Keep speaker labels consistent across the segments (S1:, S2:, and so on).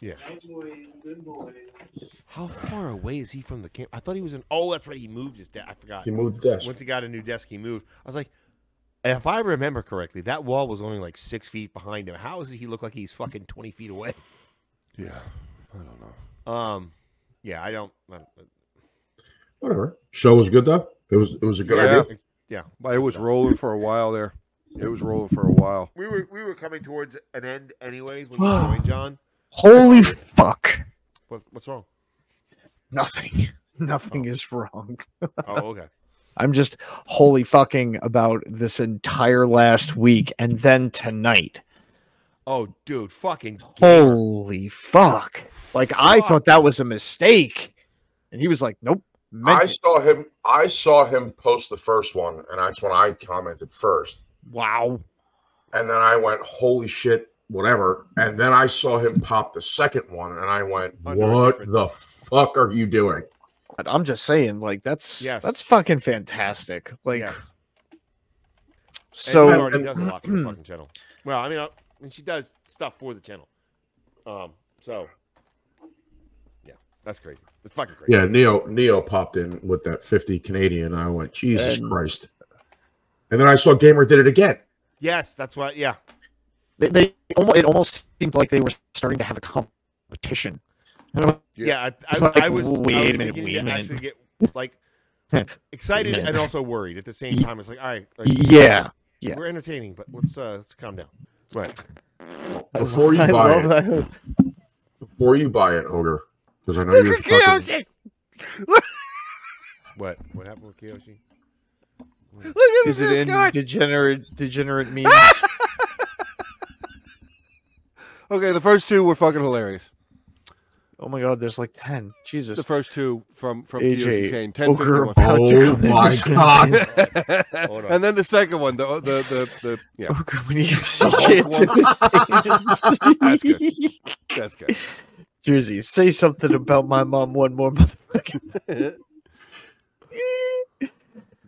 S1: Yeah.
S2: Nice boys, good boys.
S1: How far away is he from the camp? I thought he was in. Oh, that's right. He moved his desk. I forgot.
S3: He moved the desk.
S1: Once he got a new desk, he moved. I was like, if I remember correctly, that wall was only like six feet behind him. How does he look like he's fucking twenty feet away?
S3: Yeah, I don't know.
S1: Um, yeah, I don't. I don't
S3: Whatever. Show was good though. It was it was a good
S1: yeah.
S3: idea.
S1: Yeah,
S4: But it was rolling for a while there. It was rolling for a while.
S1: we were we were coming towards an end anyways when you joined, John.
S5: Holy fuck!
S1: What, what's wrong?
S5: Nothing. Nothing is wrong.
S1: Oh, okay.
S5: I'm just holy fucking about this entire last week and then tonight.
S1: Oh, dude, fucking. gamer.
S5: Holy fuck. Like I thought that was a mistake. And he was like, Nope. meant
S3: I
S5: it."
S3: saw him. I saw him post the first one, and that's when I commented first.
S5: wow.
S3: And then I went, "Holy shit, whatever!" And then I saw him pop the second one, and I went, "What the fuck are you doing?"
S5: But I'm just saying, like, that's
S1: Yes.
S5: that's fucking fantastic. Like
S1: Yes. And
S5: so
S1: Jen already does a lot for the fucking channel. Well, I mean, I, and she does stuff for the channel. Um, so yeah, that's crazy. It's fucking crazy.
S3: Yeah, Neo Neo popped in with that fifty Canadian. and I went, "Jesus
S5: And-
S3: Christ!" And then I saw Gamer did it again.
S1: Yes, that's what. Yeah,
S5: they, they almost, it almost seemed like they were starting to have a competition.
S1: yeah.
S4: Yeah.
S1: I, I,
S5: It's like,
S1: I was,
S5: wait
S1: I was
S5: a
S1: beginning
S5: minute, wait
S1: to
S5: a minute.
S1: actually get like excited
S5: minute.
S1: and also worried at the same
S5: Ye-
S1: time. It's like, all right, like,
S5: yeah. yeah.
S1: we're entertaining, but let's uh, let's calm down. Right.
S3: Before you
S5: I
S3: buy
S5: love
S3: it.
S5: that.
S3: Before you buy it, ogre, because I know you're fucking.
S1: What what happened with Kiyoshi?
S5: Is it in degenerate degenerate memes?
S4: Okay, the first two were fucking hilarious.
S5: oh my god, there's like ten. Jesus.
S4: The first two from from
S5: AJ
S4: Kiyoshi Kane,
S5: Ogre
S4: 1051.
S5: about
S3: Oh
S5: to come in
S3: my
S5: this-
S3: god!
S1: Hold on.
S4: and then the second one, the the the, the yeah,
S5: Ogre when he gives AJ to his
S4: That's good.
S5: pages.
S4: that's good.
S5: Jersey, say something about my mom one more motherfucking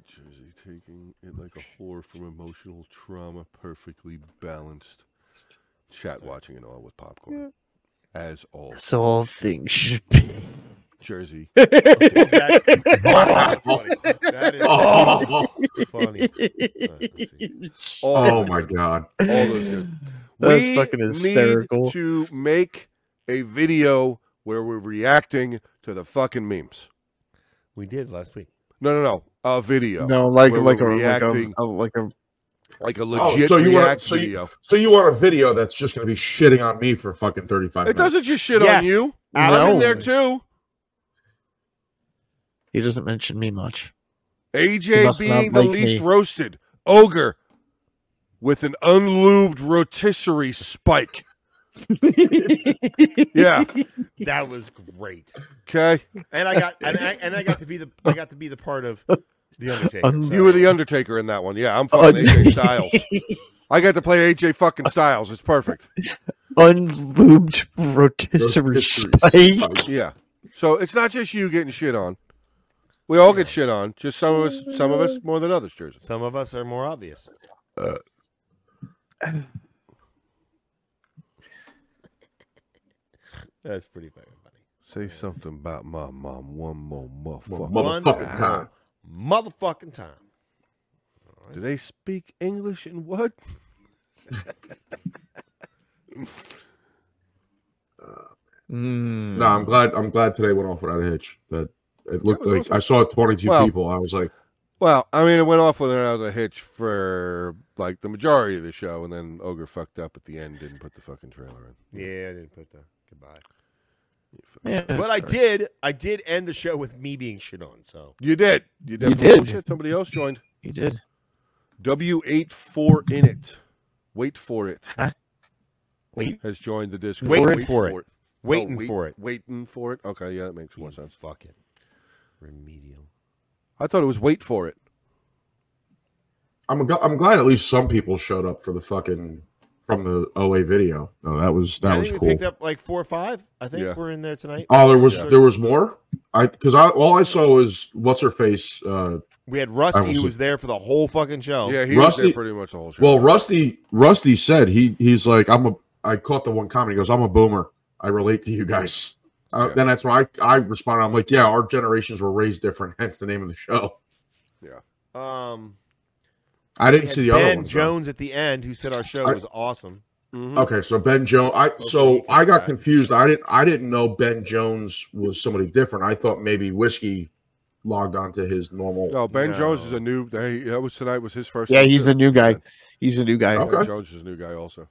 S4: Jersey taking it like a whore from emotional trauma, perfectly balanced. Chat watching it all with popcorn, as all
S5: That's all things should be.
S4: Jersey.
S1: That- that is
S3: Oh,
S1: funny. Alright, let's see.
S3: oh my god!
S4: All those good.
S5: That's
S4: We
S5: fucking
S4: need
S5: hysterical.
S4: to make a video where we're reacting to the fucking memes.
S1: We did last week.
S4: No, no, no. A video.
S5: No, like
S4: Where
S5: like a,
S4: we're
S5: like a,
S4: reacting.
S5: a like a
S4: Like a legit
S3: Oh, so you want-
S4: react
S3: so you-
S4: video.
S3: So you want a video that's just going to be shitting on me for fucking thirty-five
S4: It
S3: minutes?
S4: doesn't just shit
S1: Yes.
S4: on you.
S5: No.
S4: I'm in there too.
S5: he doesn't mention me much. You
S4: AJ
S5: must
S4: being
S5: not
S4: the
S5: like
S4: least
S5: me.
S4: roasted. Ogre with an unlubed rotisserie spike. Yeah.
S1: That was great.
S4: Okay.
S1: And I got and I, and I got to be the I got to be the part of the Undertaker.
S5: Um,
S1: so-
S4: You were the Undertaker in that one. Yeah, I'm
S5: Un-
S4: fucking AJ Styles. I got to play AJ fucking Styles. It's perfect.
S5: Unlubed rotisserie
S3: Rotisserie
S5: spike.
S3: spike.
S4: Yeah. So it's not just you getting shit on. We all get shit on. Just some of us, some of us more than others. Jersey.
S1: Some of us are more obvious. Uh. That's pretty fucking funny.
S4: Say something about my mom one more motherfucker.
S1: One
S3: Motherfucking time.
S1: Motherfucking time.
S4: Do they speak English and what? Hmm.
S3: No, I'm glad. I'm glad today went off without a hitch. That it looked like I saw 22
S4: Well-
S3: people. I was like,
S4: Well, I mean, it went off without a hitch for like the majority of the show, and then Ogre fucked up at the end, didn't put the fucking trailer in.
S1: Yeah, I didn't put the goodbye.
S5: Yeah,
S1: But I did I did end the show with me being shit on, so
S4: You did. You did.
S5: You
S4: Oh,
S5: did.
S4: shit, somebody else joined.
S5: He did.
S4: W eight four in it. Wait for it.
S5: Huh? Wait.
S4: Has joined the Discord.
S1: Waiting for it.
S4: Oh,
S1: waiting
S4: wait-
S1: for it.
S4: Waiting for it. Okay, yeah, that makes more sense.
S1: Fucking remedial.
S4: I thought it was wait for it.
S3: I'm. gl- I'm glad at least some people showed up for the fucking from the OA video. No, that was that
S1: I
S3: was
S1: think we
S3: cool.
S1: picked up like four or five. I think
S4: Yeah.
S1: we're in there tonight.
S3: Oh, there was
S1: Yeah.
S3: there was more. I because I all I saw was what's her face. Uh,
S1: We had
S3: I
S1: Rusty
S3: was-
S1: who was there for the whole fucking show.
S4: Yeah, he was
S3: Rusty-
S4: there pretty much the whole show.
S3: well, Rusty. Rusty said he he's like I'm a. I caught the one comment. He goes, I'm a boomer. I relate to you guys. Uh,
S4: Yeah.
S3: Then that's why I, I respond. I'm like, yeah, our generations were raised different. Hence the name of the show.
S1: Um,
S3: I
S1: we
S3: didn't
S1: had
S3: see the
S1: ben
S3: other one. so-
S1: Jones at the end who said our show
S3: I-
S1: was awesome.
S4: Mhm.
S3: Okay, so Ben Jones. I
S1: you
S3: so
S1: can
S3: I
S1: back.
S3: got confused. I didn't. I didn't know Ben Jones was somebody different. I thought maybe whiskey logged onto his normal.
S4: No, Oh, Ben Jones is
S1: No.
S4: a new. Hey, that was tonight was his first.
S5: Yeah,
S4: time,
S5: he's
S4: too.
S5: a new guy.
S4: Ben
S5: He's a new guy.
S3: Okay.
S4: Jones is a new guy also.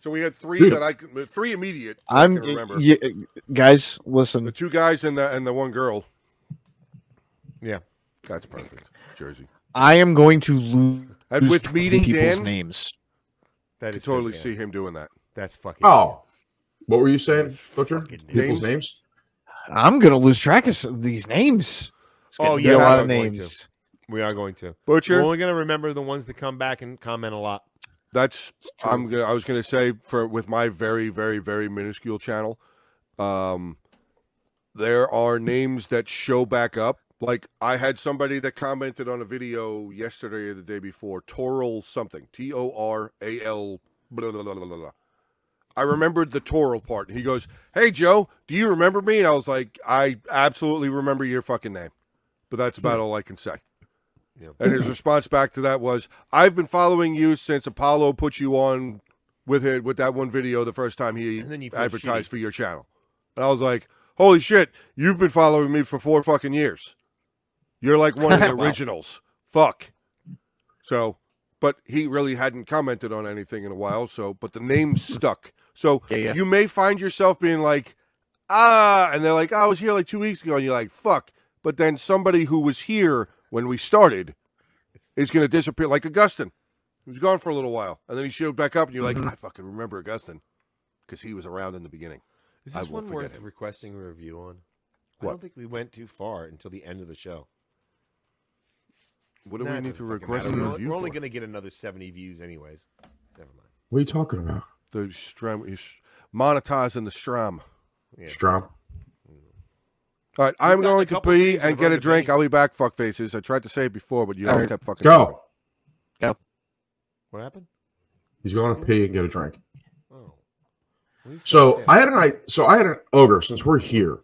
S4: So we had three
S3: Dude.
S4: that I could- three immediate. I
S5: I'm
S4: can remember
S5: y- guys.
S4: the
S5: Listen,
S4: two guys and the and the one girl.
S1: Yeah.
S4: that's perfect. Jersey.
S5: I am going to lose
S4: And with
S5: track of
S4: meeting
S5: people's
S4: Dan,
S5: names.
S1: That
S4: I
S1: is
S4: could
S1: so
S4: totally
S1: bad.
S4: see him doing that.
S1: That's fucking.
S3: Oh, what were you saying, Butcher?
S1: Fucking
S3: People's
S4: names?
S3: names.
S5: I'm going to lose track of some of these names. It's
S1: Oh,
S5: gonna be
S1: yeah,
S5: a lot
S1: I'm
S5: of
S1: going to.
S5: names.
S1: we are going to. We're
S4: Butcher.
S1: only going to remember the ones that come back and comment a lot.
S4: That's
S5: true.
S4: I'm gonna I was gonna say for with my very very very minuscule channel, um, there are names that show back up. Like I had somebody that commented on a video yesterday or the day before, Toral something, T O R A L. Blah, blah, blah, blah, blah, blah. I remembered the Toral part. He goes, "Hey Joe, do you remember me?" And I was like, "I absolutely remember your fucking name," but that's about all I can say.
S1: Yeah.
S4: And his response back to that was, "I've been following you since Apollo put you on with it with that one video the first time he
S1: And then you feel
S4: advertised
S1: shitty.
S4: for your channel." And I was like, "Holy shit, you've been following me for four fucking years. You're like one of the
S5: Wow.
S4: originals. Fuck." So, but he really hadn't commented on anything in a while. So, but the name stuck. So
S5: Yeah, yeah.
S4: you may find yourself being like, ah, and they're like, I was here like two weeks ago, and you're like, fuck. But then somebody who was here when we started is going to disappear, like Augustine, who was gone for a little while, and then he showed back up, and you're like,
S5: Mhm.
S4: I fucking remember Augustine because he was around in the beginning.
S1: Is
S4: I
S1: this
S4: will
S1: one
S4: forget
S1: worth
S4: him.
S1: requesting a review on? I
S4: What?
S1: don't think we went too far until the end of the show.
S4: What do
S1: Nah,
S4: we
S1: it
S4: need
S1: doesn't
S4: to
S1: fucking
S4: request
S1: matter.
S4: a
S1: We're,
S4: review
S1: we're only
S4: for?
S1: going to get another 70 views, anyways. Never mind.
S3: What are you talking about,
S4: The stram, is- monetizing the stram.
S1: Yeah.
S3: Strom?
S4: All right, I'm
S1: We've gotten a
S4: going to
S1: couple
S4: pee
S1: things
S4: and
S1: we've
S4: get a
S1: already
S4: drink.
S1: been-
S4: I'll be back, fuck faces. I tried to say it before, but you
S5: All
S4: all
S5: right.
S4: kept fucking. talking.
S3: Go.
S1: What happened?
S3: He's going to pee and get a drink.
S1: Oh. What do you say
S3: So
S1: instead?
S3: I had an I so I had an ogre since we're here,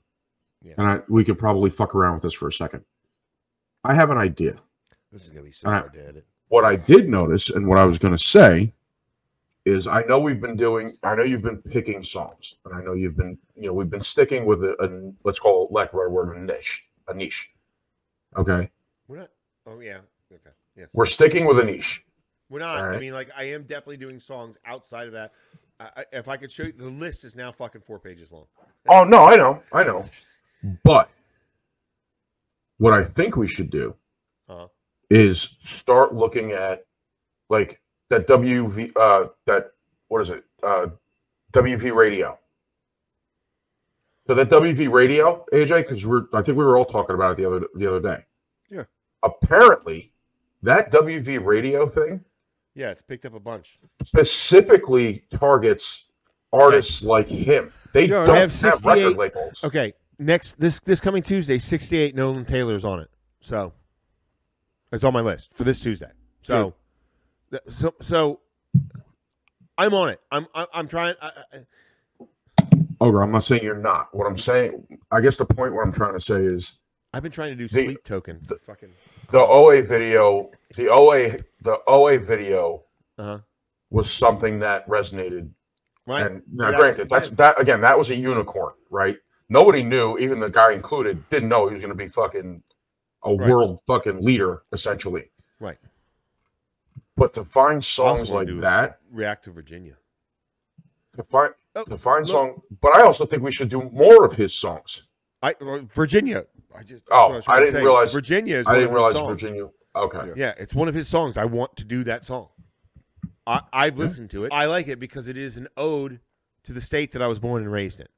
S1: Yeah.
S3: and I, we could probably fuck around with this for a second. I have an idea.
S1: This is going to be so
S3: All right.
S1: hard to edit.
S3: What I did notice, and what I was going to say, is I know we've been doing. I know you've been picking songs, and I know you've been. You know, we've been sticking with a, a let's call it lack of a better word a niche, a niche. Okay,
S1: We're not. Oh, yeah. Okay. Yes.
S3: we're sticking with a niche.
S1: We're not.
S3: All
S1: I
S3: right.
S1: mean, like, I am definitely doing songs outside of that. I, I, if I could show you, the list is now fucking four pages long.
S3: Oh no, I know, I know. But what I think we should do
S1: Uh-huh.
S3: is start looking at like that WV uh that what is it? Uh WV radio. So that WV radio, AJ, because we're I think we were all talking about it the other the other day.
S4: Yeah.
S3: Apparently that WV radio thing
S1: Yeah, it's picked up a bunch.
S3: specifically targets artists like him. They
S4: Yeah, I
S3: don't
S1: have
S3: have,
S1: 68
S3: record labels.
S1: Okay. Next, this this coming Tuesday, 68 Nolan Taylor's on it. So that's on my list for this Tuesday. So, th- so, so I'm on it. I'm, I'm, I'm trying. I, I,
S3: Ogre, I'm not saying you're not. What I'm saying, I guess the point what I'm trying to say is
S1: I've been trying to do
S3: The-
S1: sleep token. fucking.
S3: the OA video, the OA, the OA video
S1: Uh-huh.
S3: was something that resonated.
S1: Right.
S3: And now,
S1: Yeah.
S3: granted, that's that again, that was a unicorn, right? Nobody knew, even the guy included, didn't know he was going to be fucking a
S1: Right.
S3: world fucking leader, essentially.
S1: Right.
S3: But to find songs
S1: wanna
S3: like
S1: do it.
S3: that,
S1: React to Virginia.
S3: to find
S1: Oh,
S3: to find
S1: look.
S3: song, but I also think we should do more of his songs.
S1: I well, Virginia. I just. that's
S3: Oh,
S1: what was trying
S3: I
S1: to
S3: didn't realize-
S1: Virginia is.
S3: I
S1: one of
S3: didn't
S1: his
S3: realize
S1: songs.
S3: Virginia. Okay.
S1: Yeah, it's one of his songs. I want to do that song. I, I've listened to it. I like it because it is an ode to the state that I was born and raised in.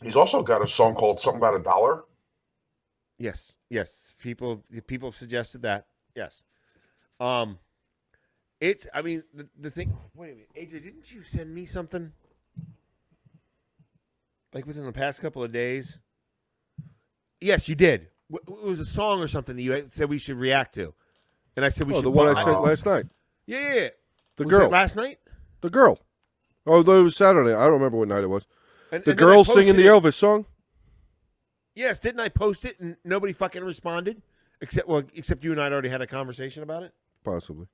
S3: He's also got a song called Something About a Dollar.
S1: Yes, yes. People people have suggested that. Yes. Um, it's. I mean, the, the thing. Wait a minute, AJ. Didn't you send me something? Like within the past couple of days. Yes, you did. W- w- It was a song or something that you had- said we should react to, and I said we
S4: Oh,
S1: should.
S4: the one I
S1: buy-
S4: sent last night.
S1: Yeah, yeah, yeah.
S4: The
S1: Was that
S4: girl.
S1: last night.
S4: The girl. Oh, it was Saturday. I don't remember what night it was.
S1: And,
S4: The
S1: and then I
S4: girl singing
S1: posted
S4: the
S1: it.
S4: Elvis song.
S1: Yes, didn't I post it and nobody fucking responded? Except well, except you and I had already had a conversation about it.
S4: Possibly.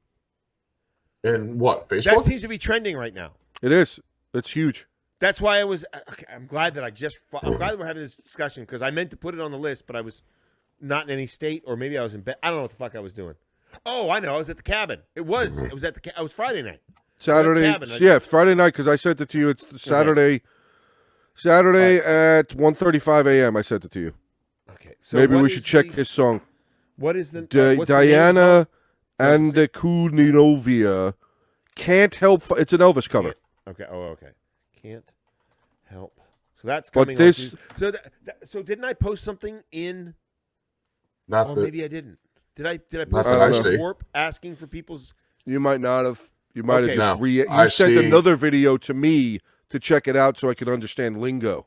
S3: And what?
S1: That
S3: Facebook?
S1: seems to be trending right now.
S4: It is. It's huge.
S1: That's why I was. Okay, I'm glad that I just. fu- I'm glad that we're having this discussion because I meant to put it on the list, but I was not in any state, or maybe I was in bed. I don't know what the fuck I was doing. Oh, I know. I was at the cabin. It was. It was at the. Ca- I was Friday night.
S4: Saturday.
S1: cabin, I-
S4: yeah, Friday night because I sent it to you. It's Saturday. Saturday at 1.35 a.m. I sent it to you.
S1: Okay. So
S4: Maybe
S1: what
S4: we
S1: is
S4: should check
S1: the-
S4: his song.
S1: What is the
S4: Di-
S1: uh, what's the name of the song?
S4: Diana
S1: Let me
S4: and the Kuninovia can't help. F- it's an Elvis cover.
S1: Okay. Oh, okay. Can't help. So that's
S4: But
S1: coming. on
S4: this-
S1: Tuesday. so that, that- so didn't I post something in?
S3: Not
S1: Oh,
S3: Uh, the,
S1: maybe I didn't. Did I? Did I
S3: Not
S1: post
S4: that I
S1: something on
S3: see.
S1: Warp asking for people's?
S4: You might not have. You might
S1: Okay.
S4: have just
S3: No,
S4: re. You
S3: I
S4: sent
S3: see.
S4: another video to me to check it out so I could understand lingo.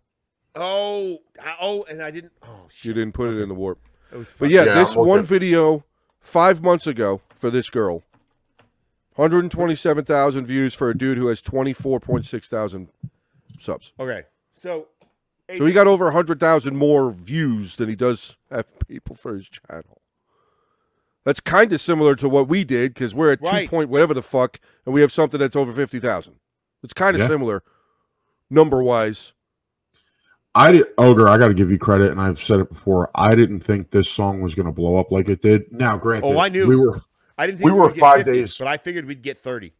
S1: Oh, I, oh, and I didn't. Oh
S4: You
S1: shit!
S4: didn't put it in the warp.
S1: It was
S4: But
S1: fucking-
S4: yeah,
S3: Yeah,
S4: this
S3: I'm okay.
S4: one video five months ago for this girl, 127,000 views for a dude who has 24.6 thousand subs.
S1: Okay. So. hey,
S4: So he got over 100,000 more views than he does have people for his channel. That's kind of similar to what we did because we're at
S1: Right.
S4: two point whatever the fuck, and we have something that's over 50,000. It's kind of
S2: Yeah.
S4: similar number wise.
S2: I did, Ogre, I got to give you credit, and I've said it before. I didn't think this song was going to blow up like it did. Now, granted,
S1: Oh, I knew.
S2: we were
S1: I didn't. Think
S3: we were
S1: would get
S3: five
S1: 50,
S3: days-
S1: but I figured we'd get thirty.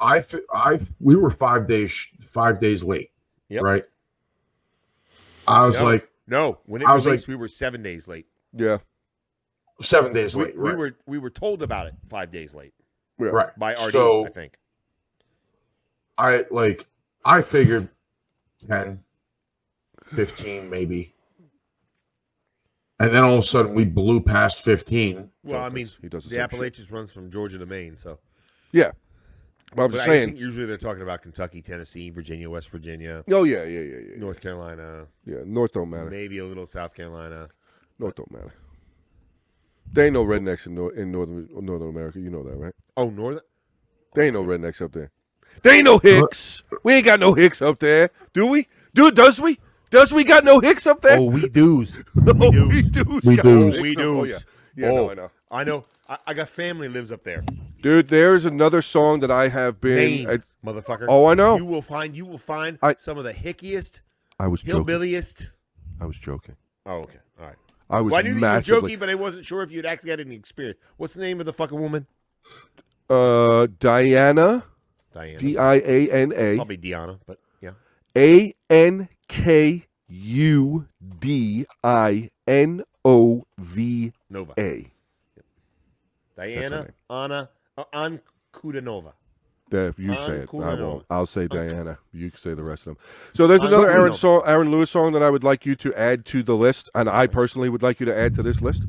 S2: I, f- I f- we were five days sh- five days late,
S1: Yep.
S2: right? I was
S1: Yep.
S2: like,
S1: No, when it
S2: I
S1: was
S2: was like-
S1: released, we were seven days late.
S4: Yeah.
S3: seven days
S1: We,
S3: late.
S1: we
S3: right.
S1: were we were told about it five days late
S3: right.
S1: by RD,
S3: So
S1: I think.
S3: I like I figured 10, 15 maybe. And then all of a sudden we blew past 15.
S1: Well, I mean,
S4: he does the
S1: the
S4: same
S1: Appalachians runs from Georgia to Maine, so.
S4: But I'm
S1: But I
S4: saying.
S1: think usually they're talking about Kentucky, Tennessee, Virginia, West Virginia,
S4: oh, yeah, yeah, yeah, yeah.
S1: North Carolina,
S4: Yeah, North don't matter.
S1: maybe a little South Carolina.
S4: North don't matter. They ain't no rednecks in, nor- in northern Northern America. You know that, right?
S1: Oh, northern.
S4: They ain't no rednecks up there. They ain't no hicks. We ain't got no hicks up there, do we? Do does we? Does we got no hicks up there?
S1: Oh, we do's.
S4: we
S1: do.
S4: do.
S2: We
S4: got
S2: do.
S4: hicks
S1: We
S4: up-
S1: do.
S4: Oh, yeah, yeah
S1: Oh.
S4: no, I know.
S1: I know. I, I got family lives up there.
S4: Dude, there is another song that I have been.
S1: Maine, motherfucker.
S4: oh, I know.
S1: You will find. You will find
S4: I-
S1: some of the hickiest,
S4: I, I was joking.
S1: hillbilliest.
S4: I was joking.
S1: Oh, okay. All right.
S4: I was
S1: Well, I knew that you were
S4: massively.
S1: joking, but I wasn't sure if you'd actually had any experience. What's the name of the fucking woman?
S4: Uh, Diana,
S1: Diana.
S4: D I A N A
S1: Probably Diana, but yeah.
S4: A N K U D I N O V
S1: Nova.
S4: A.
S1: Diana,
S4: name.
S1: Anna, uh, Ankudanova.
S4: That you
S1: Uncool
S4: say it. I
S1: Note.
S4: won't. I'll say Diana. You can say the rest of them. So there's another
S1: Uncool
S4: Aaron
S1: Note.
S4: song, Aaron Lewis song that I would like you to add to the list, and I personally would like you to add to this list.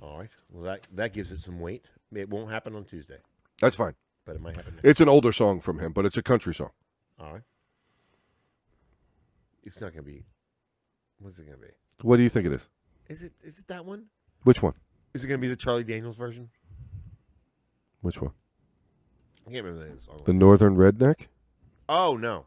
S1: All right. Well, that, that gives it some weight. It won't happen on Tuesday,
S4: That's fine.
S1: but it might happen next.
S4: It's an older song from him, but it's a country song.
S1: All right. It's not going to be. What's it going to be?
S4: What do you think it is?
S1: Is it is it that one?
S4: Which one?
S1: Is it going to be the Charlie Daniels version?
S4: Which one?
S1: I can't remember the name of the song.
S4: The Northern Redneck.
S1: oh, no.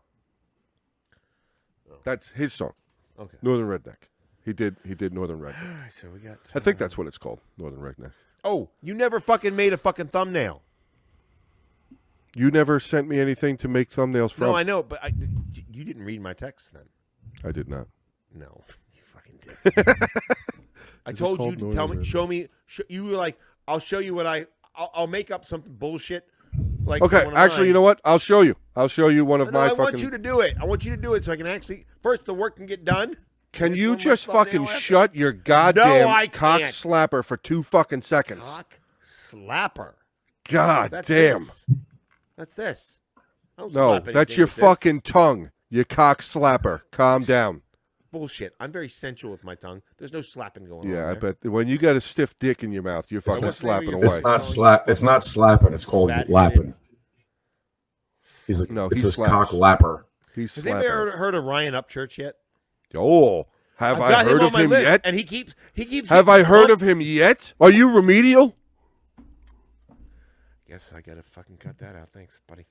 S4: That's his song,
S1: Okay.
S4: Northern Redneck. He did. He did Northern Redneck.
S1: All right. So we got.
S4: I think that's what it's called, Northern Redneck.
S1: Oh, you never fucking made a fucking thumbnail.
S4: You never sent me anything to make thumbnails from.
S1: No, I know, but I, you didn't read my text then.
S4: I did not.
S1: No, you fucking did. I
S4: Is it
S1: told you to
S4: called
S1: tell
S4: Northern
S1: me, show me. Sh- you were like, I'll show you what I. I'll, I'll make up some bullshit. Like
S4: Okay, actually, you know what? I'll show you. I'll show you one of
S1: No,
S4: my
S1: I
S4: fucking.
S1: want you to do it. I want you to do it so I can actually first the work can get done.
S4: Can
S1: It's
S4: you
S1: one less
S4: just
S1: thumbnail
S4: fucking
S1: effort.
S4: shut your goddamn
S1: I
S4: cock
S1: can't.
S4: slapper for two fucking seconds?
S1: Cock slapper.
S4: God damn.
S1: This. That's this. I don't
S4: No,
S1: slap
S4: that's
S1: anything
S4: your
S1: with this.
S4: fucking tongue. You cock slapper. Calm down.
S1: bullshit. I'm very sensual with my tongue. There's no slapping going on.
S4: Yeah, I
S1: there.
S4: bet when you got a stiff dick in your mouth, you're fucking
S1: what's the name of
S4: slapping
S1: your
S4: away.
S1: Right.
S3: It's not slap it's not slapping, it's called
S1: Fat
S3: lapping. He's like
S4: No,
S3: no, it's
S4: he
S3: this cock
S4: slaps.
S3: lapper.
S4: He's
S1: Has anybody
S4: slapping.
S1: ever heard of Ryan Upchurch yet?
S4: Oh, have
S1: I've
S4: I
S1: got
S4: heard
S1: on
S4: of
S1: my
S4: him
S1: list,
S4: yet?
S1: And he keeps he keeps.
S4: Have I heard of him yet? Are you remedial?
S1: Guess I gotta fucking cut that out. Thanks, buddy,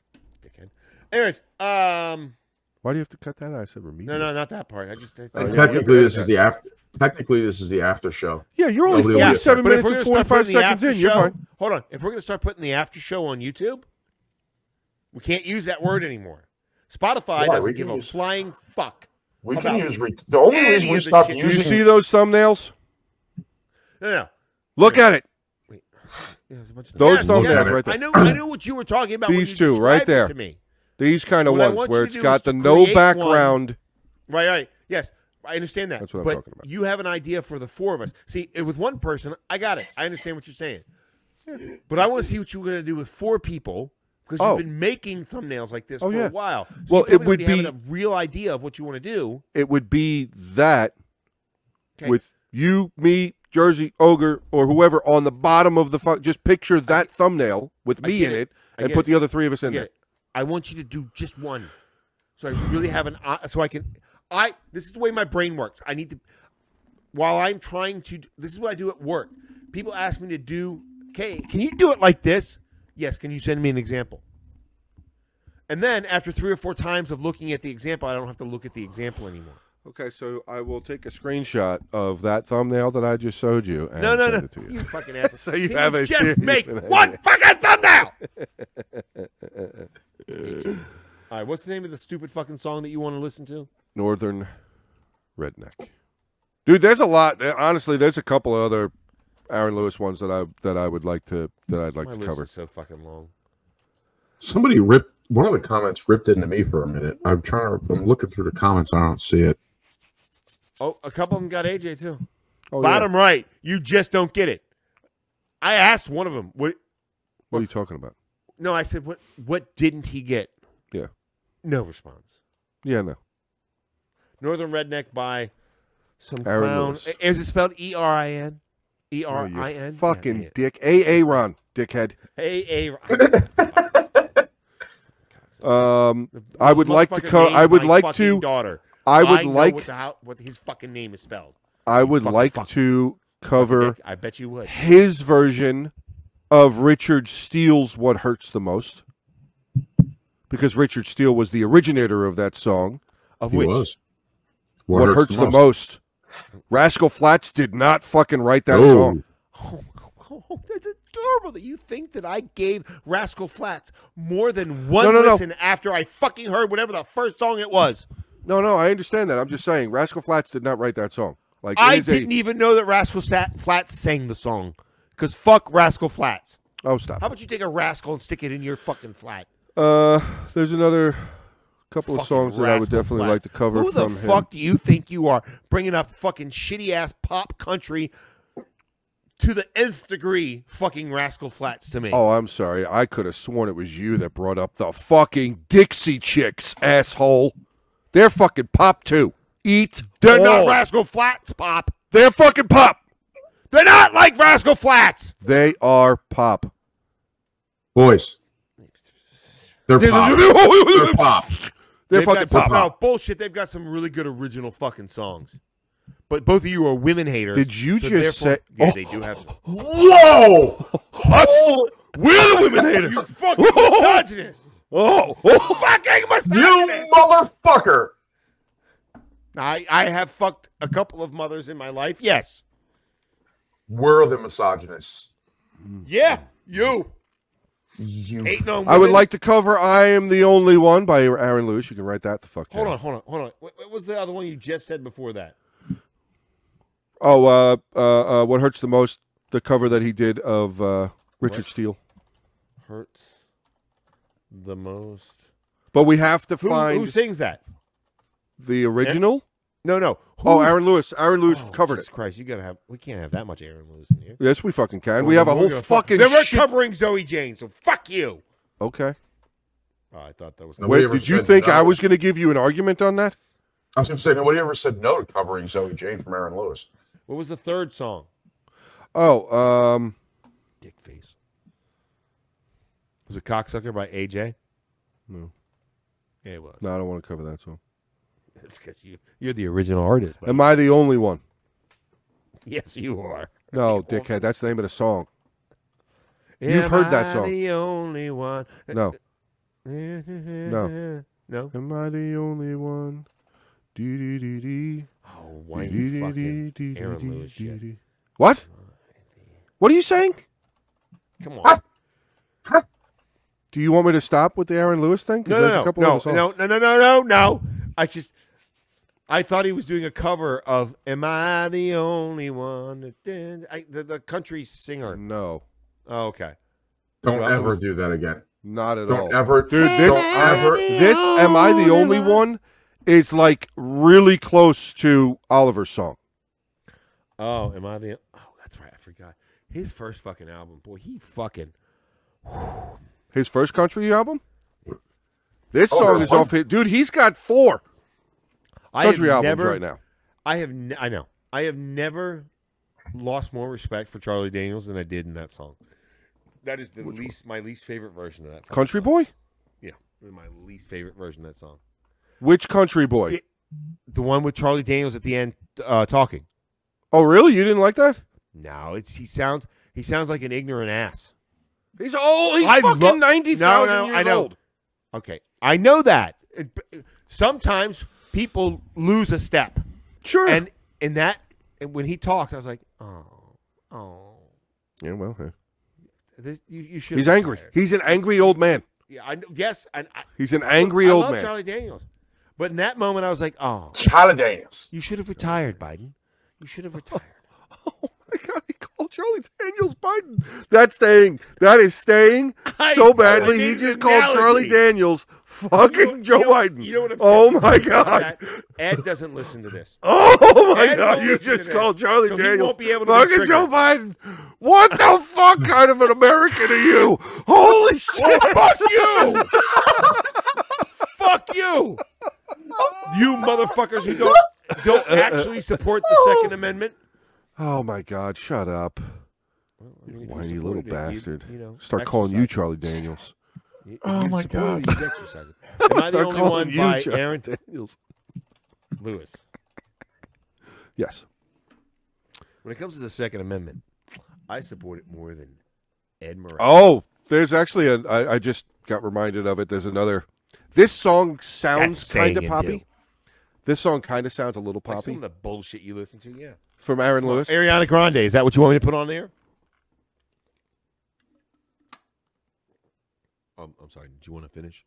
S1: dickhead. Anyways, um,
S4: Why do you have to cut that? out? I said remedial.
S1: no, no, not that part. I just it's
S4: Oh,
S1: like-
S4: yeah,
S2: technically,
S4: we-
S2: this is the after. Technically, this is the after show.
S4: Yeah, you're only
S2: Nobody will get
S4: 47
S1: but if
S4: minutes
S1: we're gonna
S4: and
S1: start
S4: 45
S1: putting the
S4: seconds in.
S1: after
S4: You're
S1: show-
S4: fine.
S1: Hold on. If we're going to start putting the after show on YouTube, we can't use that word anymore. Spotify
S3: Why? We
S1: doesn't
S3: can
S1: give a
S3: use-
S1: flying fuck.
S3: We can
S1: About
S3: use re- the only
S1: any
S3: reason
S1: of
S3: we
S1: the
S3: stopped
S1: shit
S4: Do you
S3: using
S4: see those thumbnails?
S1: No, no.
S4: Look at it.
S1: Yeah, there's a bunch of
S4: Those
S1: Yes,
S4: thumbnails
S1: yes.
S4: right there.
S1: I knew, I knew what you were talking about. when
S4: These
S1: you
S4: two right
S1: described it
S4: there.
S1: to me.
S4: These kind of
S1: What I
S4: ones
S1: want
S4: where
S1: you to
S4: it's
S1: do is
S4: got the
S1: to
S4: no
S1: create one.
S4: background.
S1: Right, right. Yes, I understand that.
S4: That's what I'm
S1: but
S4: talking about.
S1: You have an idea for the four of us. See, it- with one person, I got it. I understand what you're saying. But I want to see what you're going to do with four people because
S4: Oh.
S1: you've been making thumbnails like this
S4: Oh,
S1: for
S4: yeah.
S1: a while. So
S4: Well,
S1: you probably
S4: it would
S1: already have
S4: be-
S1: a real idea of what you want to do.
S4: It would be that
S1: Okay.
S4: with you, me, Jersey, Ogre, or whoever on the bottom of the fu- Just picture that thumbnail with
S1: I
S4: me
S1: get
S4: in
S1: it.
S4: it
S1: I
S4: and
S1: get
S4: put
S1: it.
S4: the other three of us in
S1: Yeah.
S4: there.
S1: I want you to do just one. So I really have an eye- so I can I this is the way my brain works. I need to while I'm trying to this is what I do at work. People ask me to do, "Okay, can you do it like this?" Yes, can you send me an example? And then after 3 or 4 times of looking at the example, I don't have to look at the example anymore.
S4: Okay, so I will take a screenshot of that thumbnail that I just showed you. And
S1: No, no,
S4: send
S1: no.
S4: It to you.
S1: You fucking asshole.
S4: So you
S1: Can
S4: have a
S1: just make
S4: genuine
S1: one
S4: idea.
S1: fucking thumbnail. All right, what's the name of the stupid fucking song that you want to listen to?
S4: Northern redneck. Dude, there's a lot. Honestly, there's a couple of other Aaron Lewis ones that I that I would like to that I'd like
S1: My
S4: to
S1: list
S4: cover.
S1: is so fucking long.
S2: Somebody ripped one of the comments ripped into me for a minute. I'm trying to. I'm looking through the comments. I don't see it.
S1: Oh, a couple of them got AJ too.
S4: Oh, yeah.
S1: Bottom right, you just don't get it. I asked one of them. What?
S4: What are you talking about?
S1: No, I said what? What didn't he get?
S4: Yeah.
S1: No response.
S4: Yeah, no.
S1: Northern Redneck by some
S4: Aaron
S1: clown.
S4: Lewis.
S1: Is it spelled E R I N? E R
S4: No,
S1: I
S4: you
S1: N.
S4: Fucking dick. A A Ron, dickhead.
S1: A A.
S4: Um, I would like to co- I would like to-
S1: Daughter.
S4: I would
S1: know
S4: like
S1: what, the, how, what his fucking name is spelled.
S4: I would
S1: fucking
S4: like
S1: fuck.
S4: to cover
S1: Dick, I bet you would.
S4: his version of Richard Steele's "What Hurts the Most," because Richard Steele was the originator of that song.
S1: Of
S2: He
S1: which
S2: was.
S4: What, hurts, the, most? Rascal Flats did not fucking write that
S2: Oh,
S4: song.
S1: Oh, oh, oh, that's adorable that you think that I gave Rascal Flats more than one
S4: No, no, no.
S1: listen after I fucking heard whatever the first song it was.
S4: No, no, I understand that. I'm just saying Rascal Flats did not write that song. Like
S1: I
S4: it is a-
S1: didn't e- even know that Rascal Sat- Flats sang the song. Because fuck Rascal Flats.
S4: Oh, stop.
S1: How about you take a rascal and stick it in your fucking flat?
S4: Uh, there's another couple of
S1: Fucking
S4: songs that I would
S1: Rascal
S4: definitely
S1: Flatts.
S4: like to cover
S1: Who the
S4: from
S1: fuck do
S4: him.
S1: you think you are bringing up fucking shitty ass pop country to the nth degree fucking Rascal Flats to me?
S4: Oh, I'm sorry. I could have sworn it was you that brought up the fucking Dixie Chicks, asshole. They're fucking pop too. Eat.
S1: They're not
S4: all.
S1: Rascal Flats pop.
S4: They're fucking pop.
S1: They're not like Rascal Flats.
S4: They are pop.
S2: boys. They're pop. They're pop.
S4: They're
S1: They've
S4: fucking
S1: got some-
S4: pop.
S1: No, bullshit. They've got some really good original fucking songs. But both of you are women haters.
S4: Did you
S1: so
S4: just
S1: therefore-
S4: say? Oh,
S1: Yeah, they do have.
S2: Whoa!
S4: Us? We're the women haters.
S1: You fucking misogynist.
S4: Oh,
S1: fucking
S3: you
S1: misogynist.
S3: motherfucker.
S1: I, I have fucked a couple of mothers in my life. Yes.
S3: We're the misogynists.
S1: Yeah. You.
S3: You
S1: Ain't no.
S4: I would
S1: women.
S4: like to cover "I Am the Only One" by Aaron Lewis. You can write that the fuck.
S1: Hold
S4: down.
S1: on, hold on, hold on. What, what was the other one you just said before that?
S4: Oh, uh, uh, uh, what hurts the most? The cover that he did of uh, Richard Steele.
S1: Hurts the most.
S4: But we have to
S1: Who,
S4: find
S1: who sings that?
S4: the original.
S1: No, no.
S4: Oh,
S1: Who's-
S4: Aaron Lewis. Aaron Lewis
S1: Oh,
S4: covered
S1: Jesus
S4: it.
S1: Christ, you gotta have. We can't have that much Aaron Lewis in here.
S4: Yes, we fucking can. We have a
S1: Oh, We're
S4: whole
S1: gonna
S4: fucking
S1: Then we're
S4: shit.
S1: covering Zoe Jane, so fuck you.
S4: okay.
S1: Oh, I thought that was.
S2: No.
S4: Wait,
S2: ever
S4: did you
S2: said
S4: think
S2: no.
S4: I was going to give you an argument on that?
S3: I was going to say, nobody ever said no to covering Zoe Jane from Aaron Lewis.
S1: What was the third song?
S4: Oh, um,
S1: Dick face. Was it cocksucker by AJ?
S4: No.
S1: Yeah, it was.
S4: no, I don't want to cover that song.
S1: It's because you you're the original artist. But
S4: Am I the only one?
S1: yes, you are.
S4: No, dickhead. That's the name of the song. You've
S1: Am
S4: heard that
S1: I
S4: song.
S1: The only one.
S4: No,
S1: No. No.
S4: Am I the only one? Dee-dee-dee-dee.
S1: Oh, whiny fucking Aaron Lewis shit.
S4: Dee-dee-dee-dee-dee-dee. What? What are you saying?
S1: Come on.
S4: Do you want me to stop with the Aaron Lewis thing? 'Cause
S1: No,
S4: there's a
S1: no,
S4: couple
S1: no,
S4: other
S1: no,
S4: songs.
S1: no, no, no, no, no. I just, I thought he was doing a cover of "Am I the Only One?" that did-" I, the, the country singer.
S4: No,
S1: Oh, okay.
S2: Don't
S1: Well, it
S2: ever
S1: was-
S2: do that again.
S4: not at all.
S2: Don't ever,
S4: Dude, this-
S2: Don't ever.
S4: This "Am I the Only One" is like really close to Oliver's song.
S1: Oh, am I the? Oh, that's right. I forgot his first fucking album. Boy, he fucking.
S4: His first country album. This
S3: Oh,
S4: song
S3: no,
S4: is
S3: one-
S4: off his. Dude, he's got four
S1: I have
S4: country albums
S1: never,
S4: right now.
S1: I have. Ne- I know. I have never lost more respect for Charlie Daniels than I did in that song. That is the least my least favorite version of that. fucking
S4: Country
S1: song.
S4: boy.
S1: Yeah, my least favorite version of that song.
S4: Which country boy?
S1: Yeah. The one with Charlie Daniels at the end uh, talking.
S4: Oh, really? You didn't like that?
S1: No, it's he sounds he sounds like an ignorant ass.
S4: He's old. He's
S1: I
S4: fucking
S1: lo-
S4: ninety
S1: No,
S4: thousand
S1: no,
S4: years
S1: I know.
S4: old.
S1: Okay, I know that. It- but sometimes people lose a step,
S4: Sure.
S1: and in that, and when he talked, I was like, oh, oh,
S4: yeah, well, yeah.
S1: this you, you should.
S4: he's angry. He's an angry old man.
S1: Yeah, I know. Yes, and I,
S4: He's an angry
S1: I
S4: old
S1: love
S4: man.
S1: Charlie Daniels, but in that moment, I was like, oh,
S3: Tyler Daniels.
S1: you should have retired, Biden. You should have retired.
S4: Oh my god, he called Charlie Daniels Biden. That's staying. That is staying
S1: I know,
S4: so badly.
S1: I
S4: He
S1: need
S4: just
S1: an
S4: called Charlie
S1: analogy.
S4: Daniels
S1: You know-
S4: fucking Joe
S1: you know-
S4: Biden.
S1: You know what I'm
S4: oh
S1: saying?
S4: my
S1: You know
S4: god.
S1: that? Ed doesn't listen to this.
S4: Oh my
S1: Ed
S4: god,
S1: will
S4: you
S1: listen to
S4: just
S1: this.
S4: called Charlie
S1: So he
S4: Daniels.
S1: won't be able to be
S4: fucking
S1: triggered.
S4: Joe Biden. What the fuck kind of an American are you? Holy shit.
S1: fuck you! fuck you! You motherfuckers who don't don't
S4: Uh,
S1: actually support the Second Amendment.
S4: Oh my god, shut up. Whiny little bastard. Start calling you Charlie Daniels.
S1: you.
S2: Oh my God.
S1: Am I the
S4: Start
S1: only
S4: calling
S1: one
S4: you
S1: by
S4: Charlie
S1: Aaron
S4: Daniels.
S1: Lewis?
S4: Yes.
S1: When it comes to the Second Amendment, I support it more than Ed Morales.
S4: Oh, there's actually a. I, I just got reminded of it. There's another. This song sounds
S1: That's saying
S4: kind of
S1: it, dude.
S4: poppy. This song kind of sounds a little
S1: Like some
S4: poppy
S1: of the bullshit you listen to, yeah.
S4: from Aaron Lewis.
S1: Ariana Grande, is that what you want me to put on there? Um, I'm sorry, did you want to finish?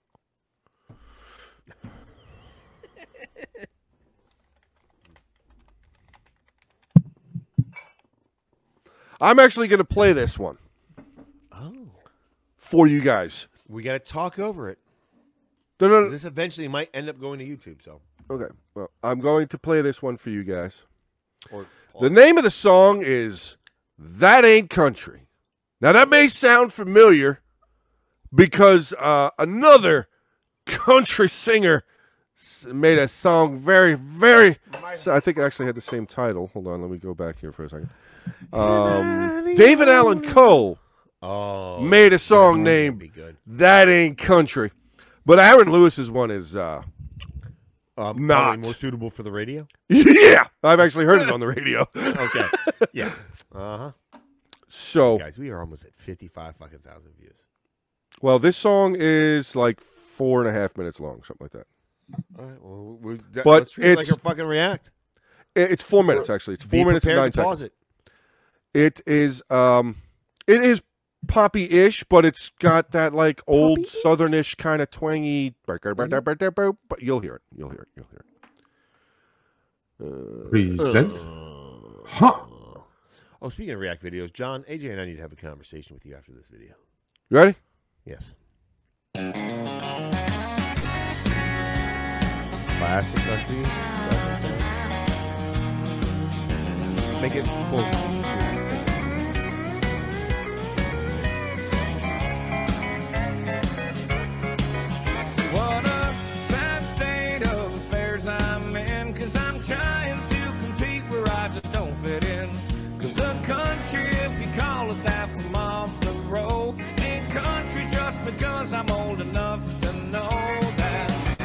S4: I'm actually going to play this one
S1: Oh.
S4: for you guys.
S1: We got to talk over it.
S4: No, no,
S1: 'cause
S4: no.
S1: This eventually might end up going to YouTube, so.
S4: Okay. Well, I'm going to play this one for you guys.
S1: Or
S4: The name of the song is That Ain't Country. Now, that may sound familiar because uh, another country singer s- made a song very, very. So I think it actually had the same title. Hold on, let me go back here for a second. Um, David Allen Cole
S1: oh,
S4: made a song
S1: that'd Be
S4: named
S1: good.
S4: That Ain't Country. But Aaron Lewis's one is, uh,
S1: Um, probably
S4: Not.
S1: more suitable for the radio.
S4: yeah, I've actually heard it on the radio.
S1: Okay. yeah. Uh huh.
S4: So,
S1: Guys, we are almost at fifty-five fucking thousand views.
S4: Well, this song is like four and a half minutes long, something like that.
S1: All right. Well, we that,
S4: But
S1: let's treat it like
S4: it's-
S1: a fucking react.
S4: I- It's four minutes actually. It's four
S1: Be
S4: minutes and
S1: prepared
S4: nine
S1: to
S4: seconds.
S1: pause it.
S4: It is um, it is poppy-ish, but it's got that like old southernish kind of twangy. But
S1: Mm-hmm.
S4: you'll hear it. You'll hear it. You'll hear it. Uh,
S2: Present. Huh.
S1: Oh, speaking of react videos, John, AJ, and I need to have a conversation with you after this video.
S4: you ready?
S1: Yes. Classic country. Make it full.
S6: What a sad state of affairs I'm in. Cause I'm trying to compete where I just don't fit in. Cause the country, if you call it that from off the road, ain't country just because I'm old enough to know that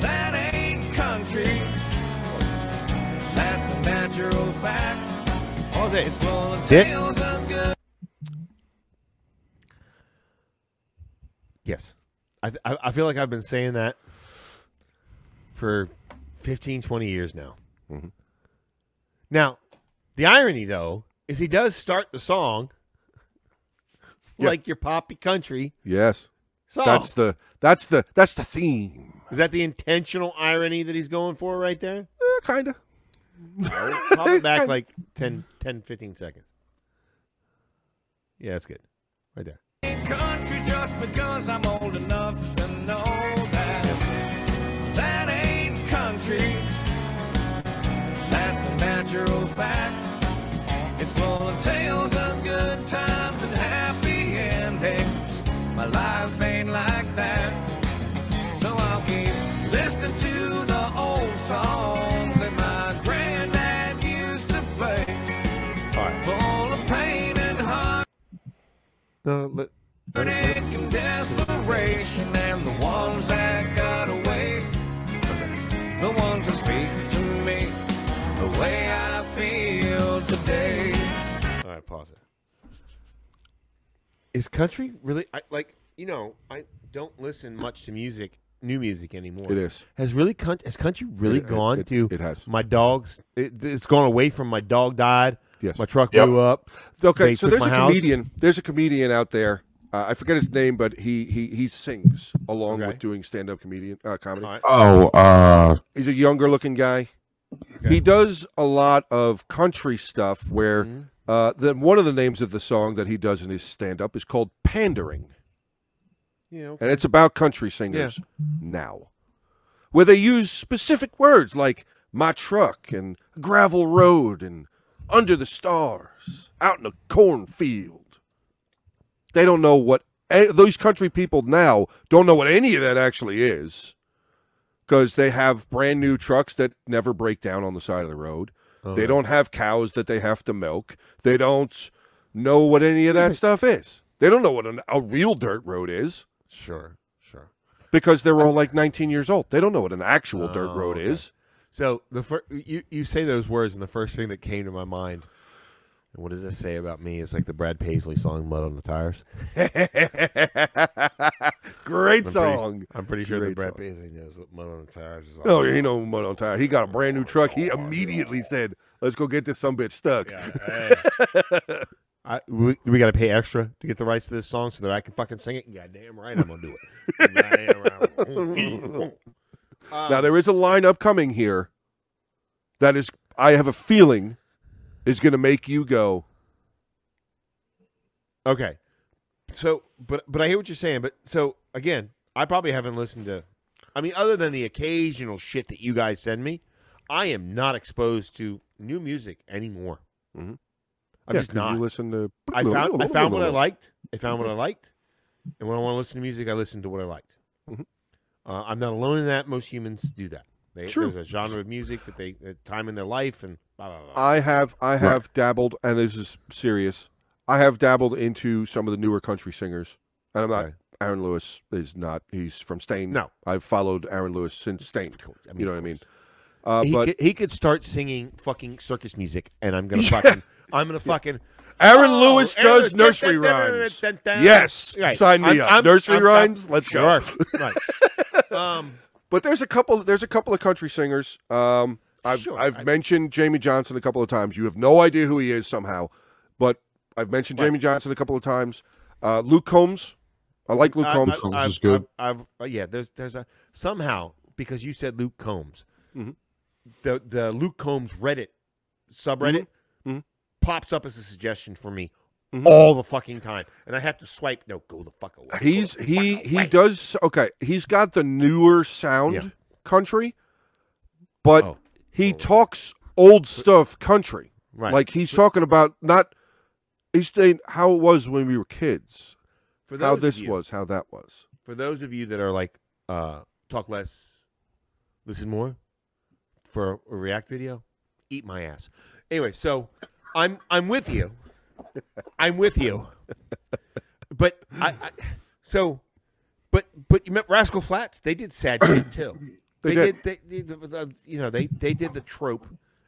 S6: that ain't country. That's a natural fact.
S1: Jose,
S6: It's full of
S1: Dick.
S6: tales of good.
S1: Yes. I, th- I I feel like I've been saying that for 15, 20 years now.
S4: Mhm.
S1: Now, the irony though is he does start the song
S4: Yeah.
S1: like your poppy country
S4: Yes,
S1: song.
S4: that's the that's the that's the theme.
S1: is that the intentional irony that he's going for right there?
S4: Eh, kinda.
S1: Pop it back like 10, 10, 15 seconds. Yeah, that's good. Right there.
S6: in country just because I'm old enough to know that that ain't country. That's a natural fact. It's full of tales of good times and happy endings. My life ain't like that. So I'll keep listening to the old songs that my granddad used to play. Full of pain and heart.
S1: No, let,
S6: Heartache and desperation and the ones that got away the ones that speak to me the way i feel today
S1: All right, pause it. Is country really I, like you know? I don't listen much to music, new music anymore.
S4: It is.
S1: Has really cunt, has country really
S4: It- it-
S1: gone
S4: it-
S1: to?
S4: it has.
S1: My dogs. It, it's gone away from my dog died.
S4: Yes.
S1: My truck
S3: Yep.
S1: blew up.
S4: Okay,
S1: They
S4: so
S1: took
S4: there's
S1: my
S4: a
S1: house.
S4: comedian. There's a comedian out there. Uh, I forget his name, but he he he sings along
S1: Okay.
S4: with doing stand-up comedian uh, comedy.
S1: All right.
S2: Oh, uh,
S4: He's a younger looking guy. He does a lot of country stuff where
S1: Mhm.
S4: uh, the, one of the names of the song that he does in his stand up is called Pandering.
S1: Yeah. Okay.
S4: And it's about country singers now, where they use specific words like my truck and gravel road and under the stars, out in a cornfield. They don't know what eh, those country people now don't know what any of that actually is because they have brand new trucks that never break down on the side of the road.
S1: Oh,
S4: They don't have cows that they have to milk. They don't know what any of that stuff is. They don't know what an, a real dirt road is
S1: Sure. Sure.
S4: because they're all like 19 years old. They don't know what an actual dirt
S1: Oh,
S4: road
S1: okay.
S4: is.
S1: So the fir- you you say those words, and the first thing that came to my mind. And what does this say about me? It's like the Brad Paisley song "Mud on the Tires."
S4: Great
S1: I'm
S4: song.
S1: Pretty, I'm pretty sure that
S4: Great
S1: Brad
S4: song.
S1: Paisley knows what "Mud on the Tires" is. All
S4: No, Oh, he no mud on tire. He got a brand new truck. He immediately said, "Let's go get this some bitch stuck."
S1: I, we, we got to pay extra to get the rights to this song so that I can fucking sing it. God damn right, I'm gonna do it. Goddamn right. Um,
S4: Now there is a lineup coming here that is I have a feeling is going to make you go
S1: okay, so but but I hear what you're saying. But so again, I probably haven't listened to. I mean, other than the occasional shit that you guys send me, I am not exposed to new music anymore.
S4: Mhm.
S1: I'm
S4: Yeah,
S1: just
S4: 'cause
S1: not.
S4: You listen to
S1: I found I found what I liked. I found
S4: Mm-hmm.
S1: what I liked, and when I want to listen to music, I listen to what I liked.
S4: Mhm.
S1: Uh, I'm not alone in that. Most humans do that. They,
S4: True.
S1: There's a genre of music that they a time in their life and blah blah blah.
S4: I have I have dabbled, and this is serious. I have dabbled into some of the newer country singers, and I'm not.
S1: Okay.
S4: Aaron Lewis is not. He's from Stain.
S1: No.
S4: I've followed Aaron Lewis since Stain.
S1: I
S4: you know
S1: of
S4: what I mean?
S1: course.
S4: Uh,
S1: he,
S4: but
S1: could, he could start singing fucking circus music, and I'm gonna fucking I'm gonna fucking.
S4: Aaron
S1: Oh,
S4: Lewis
S1: Aaron-
S4: does nursery rhymes. Yes,
S1: Right.
S4: sign me
S1: I'm-
S4: up.
S1: I'm-
S4: nursery
S1: I'm- I'm-
S4: rhymes. Let's go.
S1: Sure. right. Um,
S4: But there's a couple. There's a couple of country singers. Um, I've
S1: Sure,
S4: I've
S1: I-
S4: mentioned Jamie Johnson a couple of times. You have no idea who he is somehow, but I've mentioned
S1: Right.
S4: Jamie Johnson a couple of times. Uh, Luke Combs. I like Uh, Luke
S1: I-
S4: Combs.
S1: I've-
S2: Combs
S1: I've,
S2: is good.
S1: I've, I've- uh, yeah, there's there's a somehow because you said Luke Combs,
S4: Mhm.
S1: the the Luke Combs Reddit subreddit
S4: Mhm.
S1: pops up as a suggestion for me
S4: Mhm.
S1: all the fucking time, and I have to swipe. No, go the fuck away. go
S4: He's
S1: the fuck
S4: he he
S1: away.
S4: does okay. He's got the newer sound
S1: Yeah.
S4: country, but
S1: Oh.
S4: he
S1: Oh.
S4: talks old stuff country.
S1: right.
S4: Like he's talking about not he's saying how it was when we were kids,
S1: for
S4: how
S1: those of
S4: this
S1: you-
S4: was, how that was.
S1: for those of you that are like uh, talk less, listen more for a React video, eat my ass. Anyway, so I'm I'm with you. I'm with you. But I, I so but but you met Rascal Flats, they did sad shit too.
S4: They
S1: did, they, they- you know, they they did the trope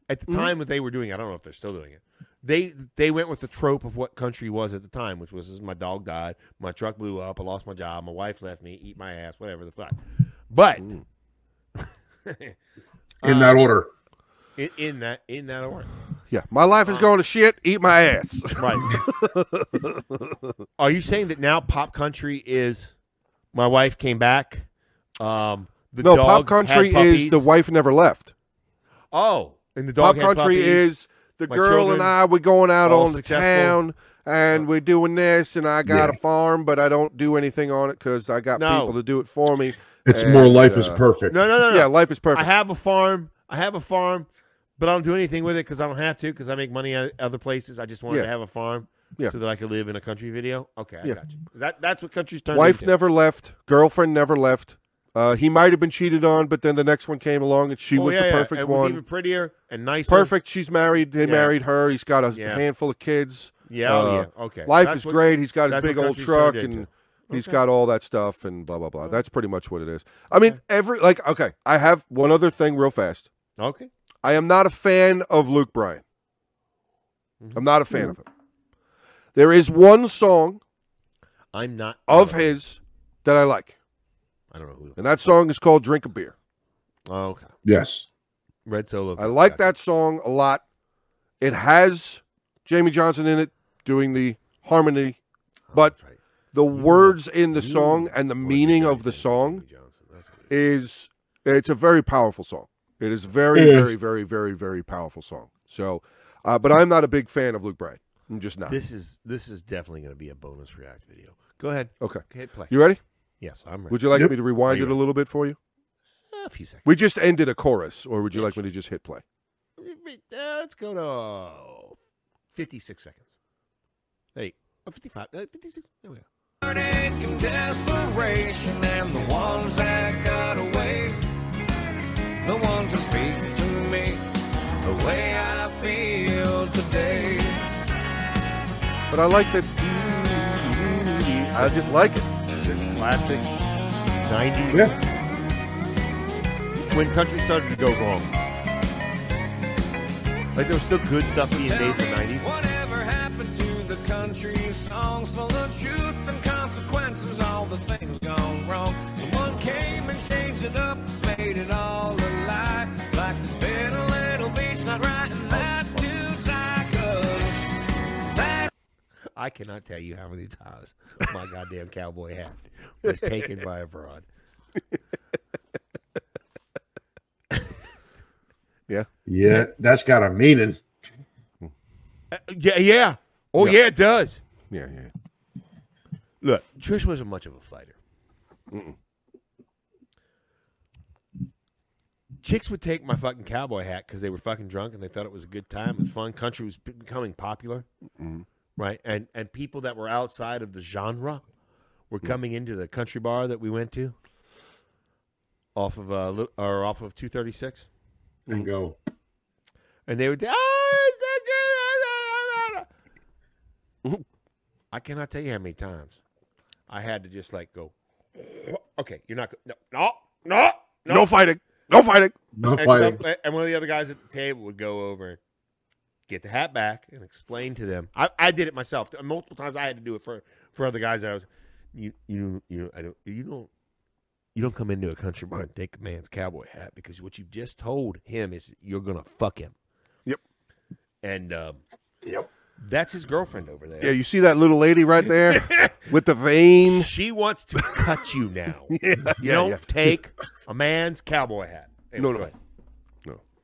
S1: at the time that they were doing. it, I don't know if they're still doing it. they they went with the trope of what country was at the time, which was my dog died, my truck blew up, I lost my job, my wife left me, eat my ass, whatever the fuck. But
S4: Mm.
S2: in
S4: uh,
S2: that order.
S1: in, in that in that order,
S4: Yeah, my life
S1: Um,
S4: is going to shit. Eat my ass.
S1: right? Are you saying that now pop country is my wife came back? Um, the
S4: no,
S1: dog
S4: pop
S1: had
S4: country is
S1: puppies.
S4: the wife never left.
S1: oh, and the dog
S4: pop
S1: had
S4: country
S1: puppies.
S4: is the
S1: my
S4: girl
S1: children,
S4: and I. We're going out
S1: all
S4: on the
S1: successful.
S4: town and we're doing this. And I got a farm, but I don't do anything on it because I got
S1: No.
S4: people to do it for me.
S2: It's
S4: And,
S2: more life is
S4: uh,
S2: perfect.
S1: no, no, no, no.
S4: Yeah, life is perfect.
S1: I have a farm. I have a farm, but I don't do anything with it because I don't have to because I make money at other places. I just wanted
S4: Yeah.
S1: to have a farm
S4: Yeah.
S1: so that I could live in a country video. Okay, I
S4: Yeah.
S1: got you. That that's what country's turned
S4: wife
S1: into.
S4: never left. Girlfriend never left. Uh, he might have been cheated on, but then the next one came along and she
S1: Oh,
S4: was
S1: yeah,
S4: the
S1: yeah.
S4: perfect
S1: It was
S4: one.
S1: even prettier and nicer.
S4: Perfect. She's married. They
S1: Yeah.
S4: married her. He's got a
S1: Yeah.
S4: handful of kids.
S1: Yeah, oh,
S4: Uh,
S1: yeah. Okay.
S4: Life
S1: That's
S4: is
S1: what-
S4: great. He's got his
S1: that's what
S4: big old
S1: country's
S4: truck
S1: turned
S4: and
S1: into.
S4: he's
S1: Okay.
S4: got all that stuff and blah blah blah. That's pretty much what it is. I mean, every like okay, I have one other thing real fast.
S1: Okay.
S4: I am not a fan of Luke Bryan.
S1: Mhm.
S4: I'm not a fan of him. There is one song
S1: I'm not
S4: of his that I like,
S1: I don't know who.
S4: and that song is called "Drink a Beer."
S1: Oh, okay.
S2: Yes.
S1: Red Solo.
S4: I like
S1: Gotcha.
S4: that song a lot. It has Jamie Johnson in it doing the harmony,
S1: Oh,
S4: but
S1: that's right.
S4: the words in the
S1: Mm-hmm. You
S4: song and the
S1: wanted to
S4: meaning
S1: do
S4: of the
S1: anything,
S4: song
S1: Jimmy Johnson. That's what it is.
S4: is it's a very powerful song. It is very,
S2: It is.
S4: very, very, very, very powerful song. So, uh, but I'm not a big fan of Luke Bryan. I'm just not.
S1: This is this is definitely going to be a bonus react video. Go ahead.
S4: Okay.
S1: Hit play.
S4: You ready?
S1: yes, I'm ready.
S4: Would you like
S2: Yep.
S4: me to rewind
S1: There you
S4: it a little bit for you?
S1: a few seconds.
S4: We just ended a chorus, or would you like me to just hit play?
S1: Uh, Let's go to uh, 56 seconds. Hey, oh, 55, uh, 56. There we go.
S6: heartache and desperation and the ones that got away the ones that speak to me the way i feel today
S4: But I like that. I just like it.
S1: This classic 90s. When country started to go wrong. Like there was still good stuff being
S6: Tell
S1: made in the
S6: me
S1: 90s.
S6: whatever happened to the country songs full of truth and consequences all the things gone wrong someone came and changed it up made it all a lie like to spin a little beach not right and that dude's like us that
S1: I cannot tell you how many times my goddamn cowboy hat was taken by a broad.
S2: Yeah, that's got a meaning.
S1: yeah, yeah. Oh, yeah. it does.
S4: Yeah, yeah.
S1: Look, Trish wasn't much of a fighter. Chicks would take my fucking cowboy hat because they were fucking drunk and they thought it was a good time. It was fun. Country was becoming popular, right? And and people that were outside of the genre were coming into the country bar that we went to off of uh, Lit- or off of two thirty six,
S2: And go.
S1: and they would say, "Oh, it's so good, ah, ah, ah, ah, ah." I cannot tell you how many times I had to just like go, okay, you're not go- no no no
S4: No, fighting. No fighting.
S2: Not
S1: and, some-
S2: fighting.
S1: and one of the other guys at the table would go over and get the hat back and explain to them. I, I did it myself multiple times. I had to do it for for other guys. That I was you you you I don't you don't you don't come into a country bar and take a man's cowboy hat because what you've just told him is you're gonna fuck him.
S4: Yep.
S1: And um,
S3: Yep.
S1: that's his girlfriend over there.
S4: Yeah, you see that little lady right there with the vein.
S1: she wants to cut you now.
S4: Yeah,
S1: you don't take a man's cowboy hat.
S4: No, no.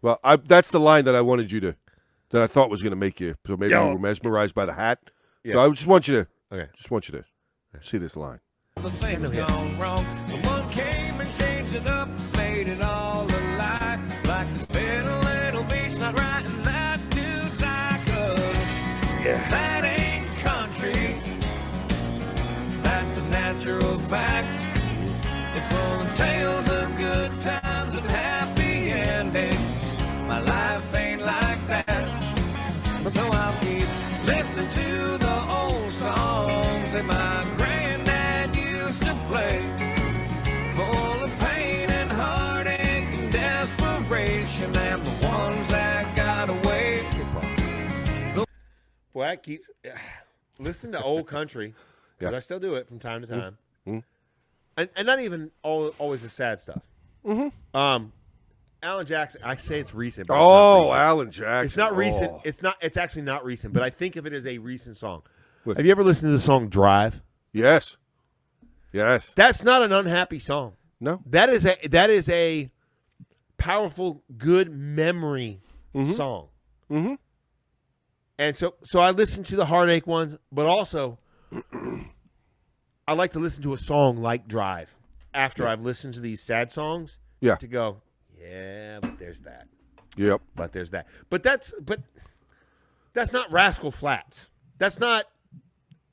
S4: Well, I, that's the line that I wanted you to, that I thought was going to make you. So maybe you
S1: Yeah.
S4: were mesmerized by the hat.
S1: Yeah.
S4: So I just want you to,
S1: Okay.
S4: just want you to see this line.
S6: The things gone wrong. Someone came and changed it up, made it all a lie. Like to spin a little beach, not right, and that dude's like us. Yeah. That ain't country. That's a natural fact. It's full of tales of good times and happy endings. My life ain't like that. So I'll keep listening to the old songs that my granddad used to play. Full of pain and heartache and desperation, and the ones that got away.
S1: Well, that keeps. Listen to old country. 'cause
S4: Yeah.
S1: I still do it from time to time.
S4: Mm.
S1: And, and not even all, always the sad stuff. Mm-hmm. Um, Alan Jackson, I say it's recent. But it's not
S4: Oh,
S1: recent.
S4: Alan Jackson.
S1: It's not recent.
S4: Oh.
S1: It's not. It's actually not recent, but I think of it as a recent song.
S4: What?
S1: Have you ever listened to the song "Drive"?
S4: yes. Yes.
S1: That's not an unhappy song.
S4: No.
S1: That is a that is a powerful, good memory song.
S4: Mhm.
S1: And so, so I listen to the heartache ones, but also I like to listen to a song like "Drive" after I've listened to these sad songs.
S4: Yeah.
S1: To go, yeah, but there's that
S4: Yep.
S1: but there's that. But that's but that's not Rascal Flats. That's not.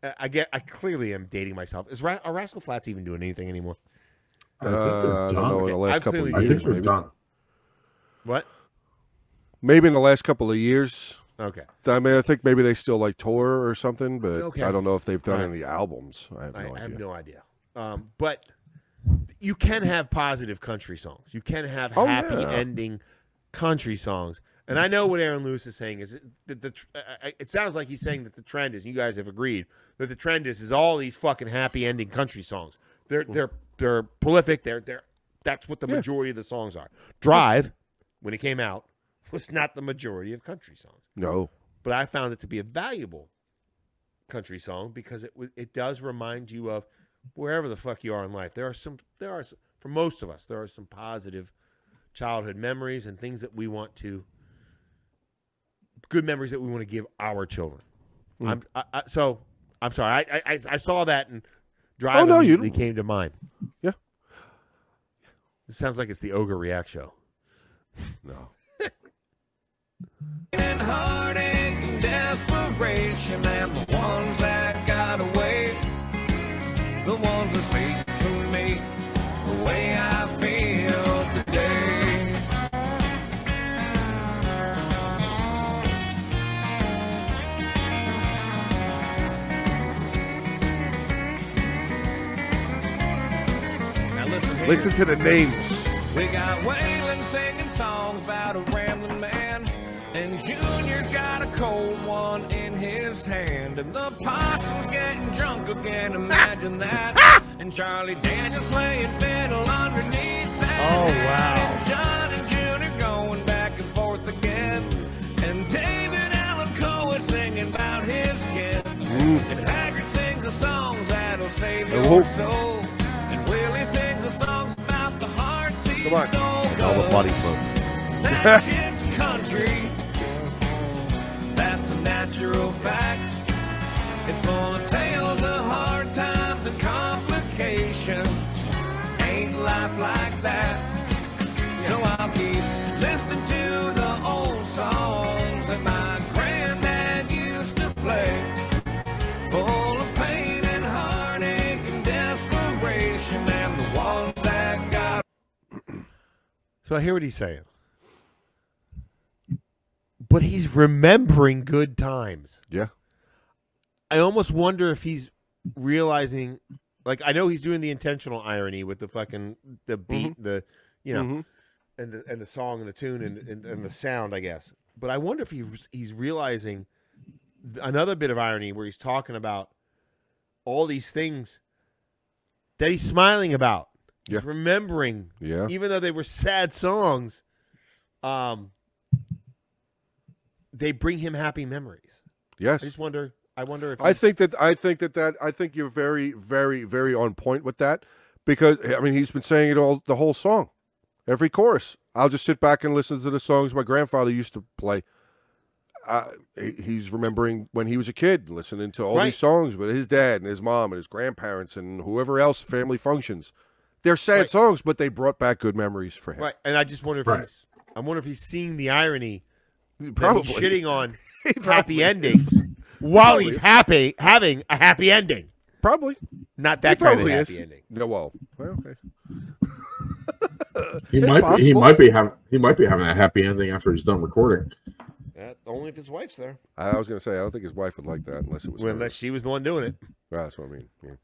S1: uh, I- I get. I clearly am dating myself. Is Ra- are Rascal Flats even doing anything anymore?
S2: I
S4: Uh,
S2: think they're
S4: I don't
S2: done.
S4: know. In the last
S1: I've
S4: couple
S1: clearly-
S2: I
S4: of
S2: think
S4: years,
S2: they're
S4: maybe.
S2: done.
S1: What?
S4: maybe in the last couple of years.
S1: Okay.
S4: I mean, I think maybe they still like tour or something, but
S1: Okay.
S4: I don't know if they've done
S1: Right.
S4: any albums. I have no
S1: I, I
S4: idea.
S1: have no idea. Um, but you can have positive country songs. You can have
S4: Oh,
S1: happy
S4: yeah.
S1: ending country songs. And I know what Aaron Lewis is saying is that the tr- I- I- it sounds like he's saying that the trend is. You guys have agreed that the trend is is all these fucking happy ending country songs. They're they're they're prolific. They're they're that's what the majority of the songs are. Drive, when it came out, was not the majority of country songs
S4: no.
S1: but I found it to be a valuable country song because it w- it does remind you of wherever the fuck you are in life. There are some there are s- for most of us there are some positive childhood memories and things that we want to good memories that we want to give our children.
S4: Mm.
S1: I'm I, I, so I'm sorry. I, I I saw that and drive
S4: Oh, no, you-
S1: immediately came to mind.
S4: Yeah.
S1: It sounds like it's the ogre react show.
S4: No.
S6: and heartache and desperation and the ones that got away the ones that speak to me the way i feel today Now listen here.
S4: Listen to the names.
S6: We got Waylon singing songs about a rambling man. And Junior's got a cold one in his hand. And the possum's getting drunk again, imagine that. and Charlie Daniels playing fiddle underneath that.
S1: Oh,
S6: hat.
S1: wow.
S6: And John and Junior going back and forth again. And David Allen Coe is singing about his kid. And Haggard sings the songs that'll save
S1: Oh.
S4: It
S6: your
S4: won't-
S6: soul. And Willie sings the songs about the hearts he
S4: Come on.
S6: stole.
S1: All the body smoke.
S6: That shit's country. That's a natural fact. It's full of tales of hard times and complications. Ain't life like that? So I'll keep listening to the old songs that my granddad used to play. Full of pain and heartache and desperation, and the ones that got
S1: So I hear what he's saying. But he's remembering good times.
S4: Yeah.
S1: I almost wonder if he's realizing like I know he's doing the intentional irony with the fucking the beat,
S4: Mm-hmm.
S1: the you know,
S4: Mhm.
S1: and the and the song and the tune and, and,
S4: Mm-hmm.
S1: and the sound, I guess. But I wonder if he's he's realizing th- another bit of irony where he's talking about all these things that he's smiling about. He's
S4: Yeah.
S1: remembering
S4: Yeah.
S1: even though they were sad songs, um, they bring him happy memories. I
S4: Yes.
S1: just wonder. I wonder if
S4: I think that I think that that I think you're very very very on point with that because I mean he's been saying it all the whole song, every chorus. I'll just sit back and listen to the songs my grandfather used to play. Uh, he- he's remembering when he was a kid, listening to all
S1: Right.
S4: these songs with his dad and his mom and his grandparents and whoever else family functions. They're sad
S1: Right.
S4: songs, but they brought back good memories for him.
S1: right, and I just wonder if
S2: Right.
S1: he's. I wonder if he's seeing the irony, that
S4: Probably
S1: he's shitting on
S4: He probably
S1: happy
S4: is.
S1: endings while he's happy having a happy ending.
S4: Probably.
S1: Not that
S4: He
S1: kind of
S4: probably
S1: happy
S4: is.
S1: ending.
S4: No, well, well, okay.
S2: He
S4: It's
S2: might be, he
S4: possible.
S2: might be having he might be having that happy ending after he's done recording.
S1: That, only if his wife's there.
S4: I was gonna say I don't think his wife would like that unless it was
S1: Well,
S4: her.
S1: unless she was the one doing it.
S4: Right, that's what I mean. Yeah.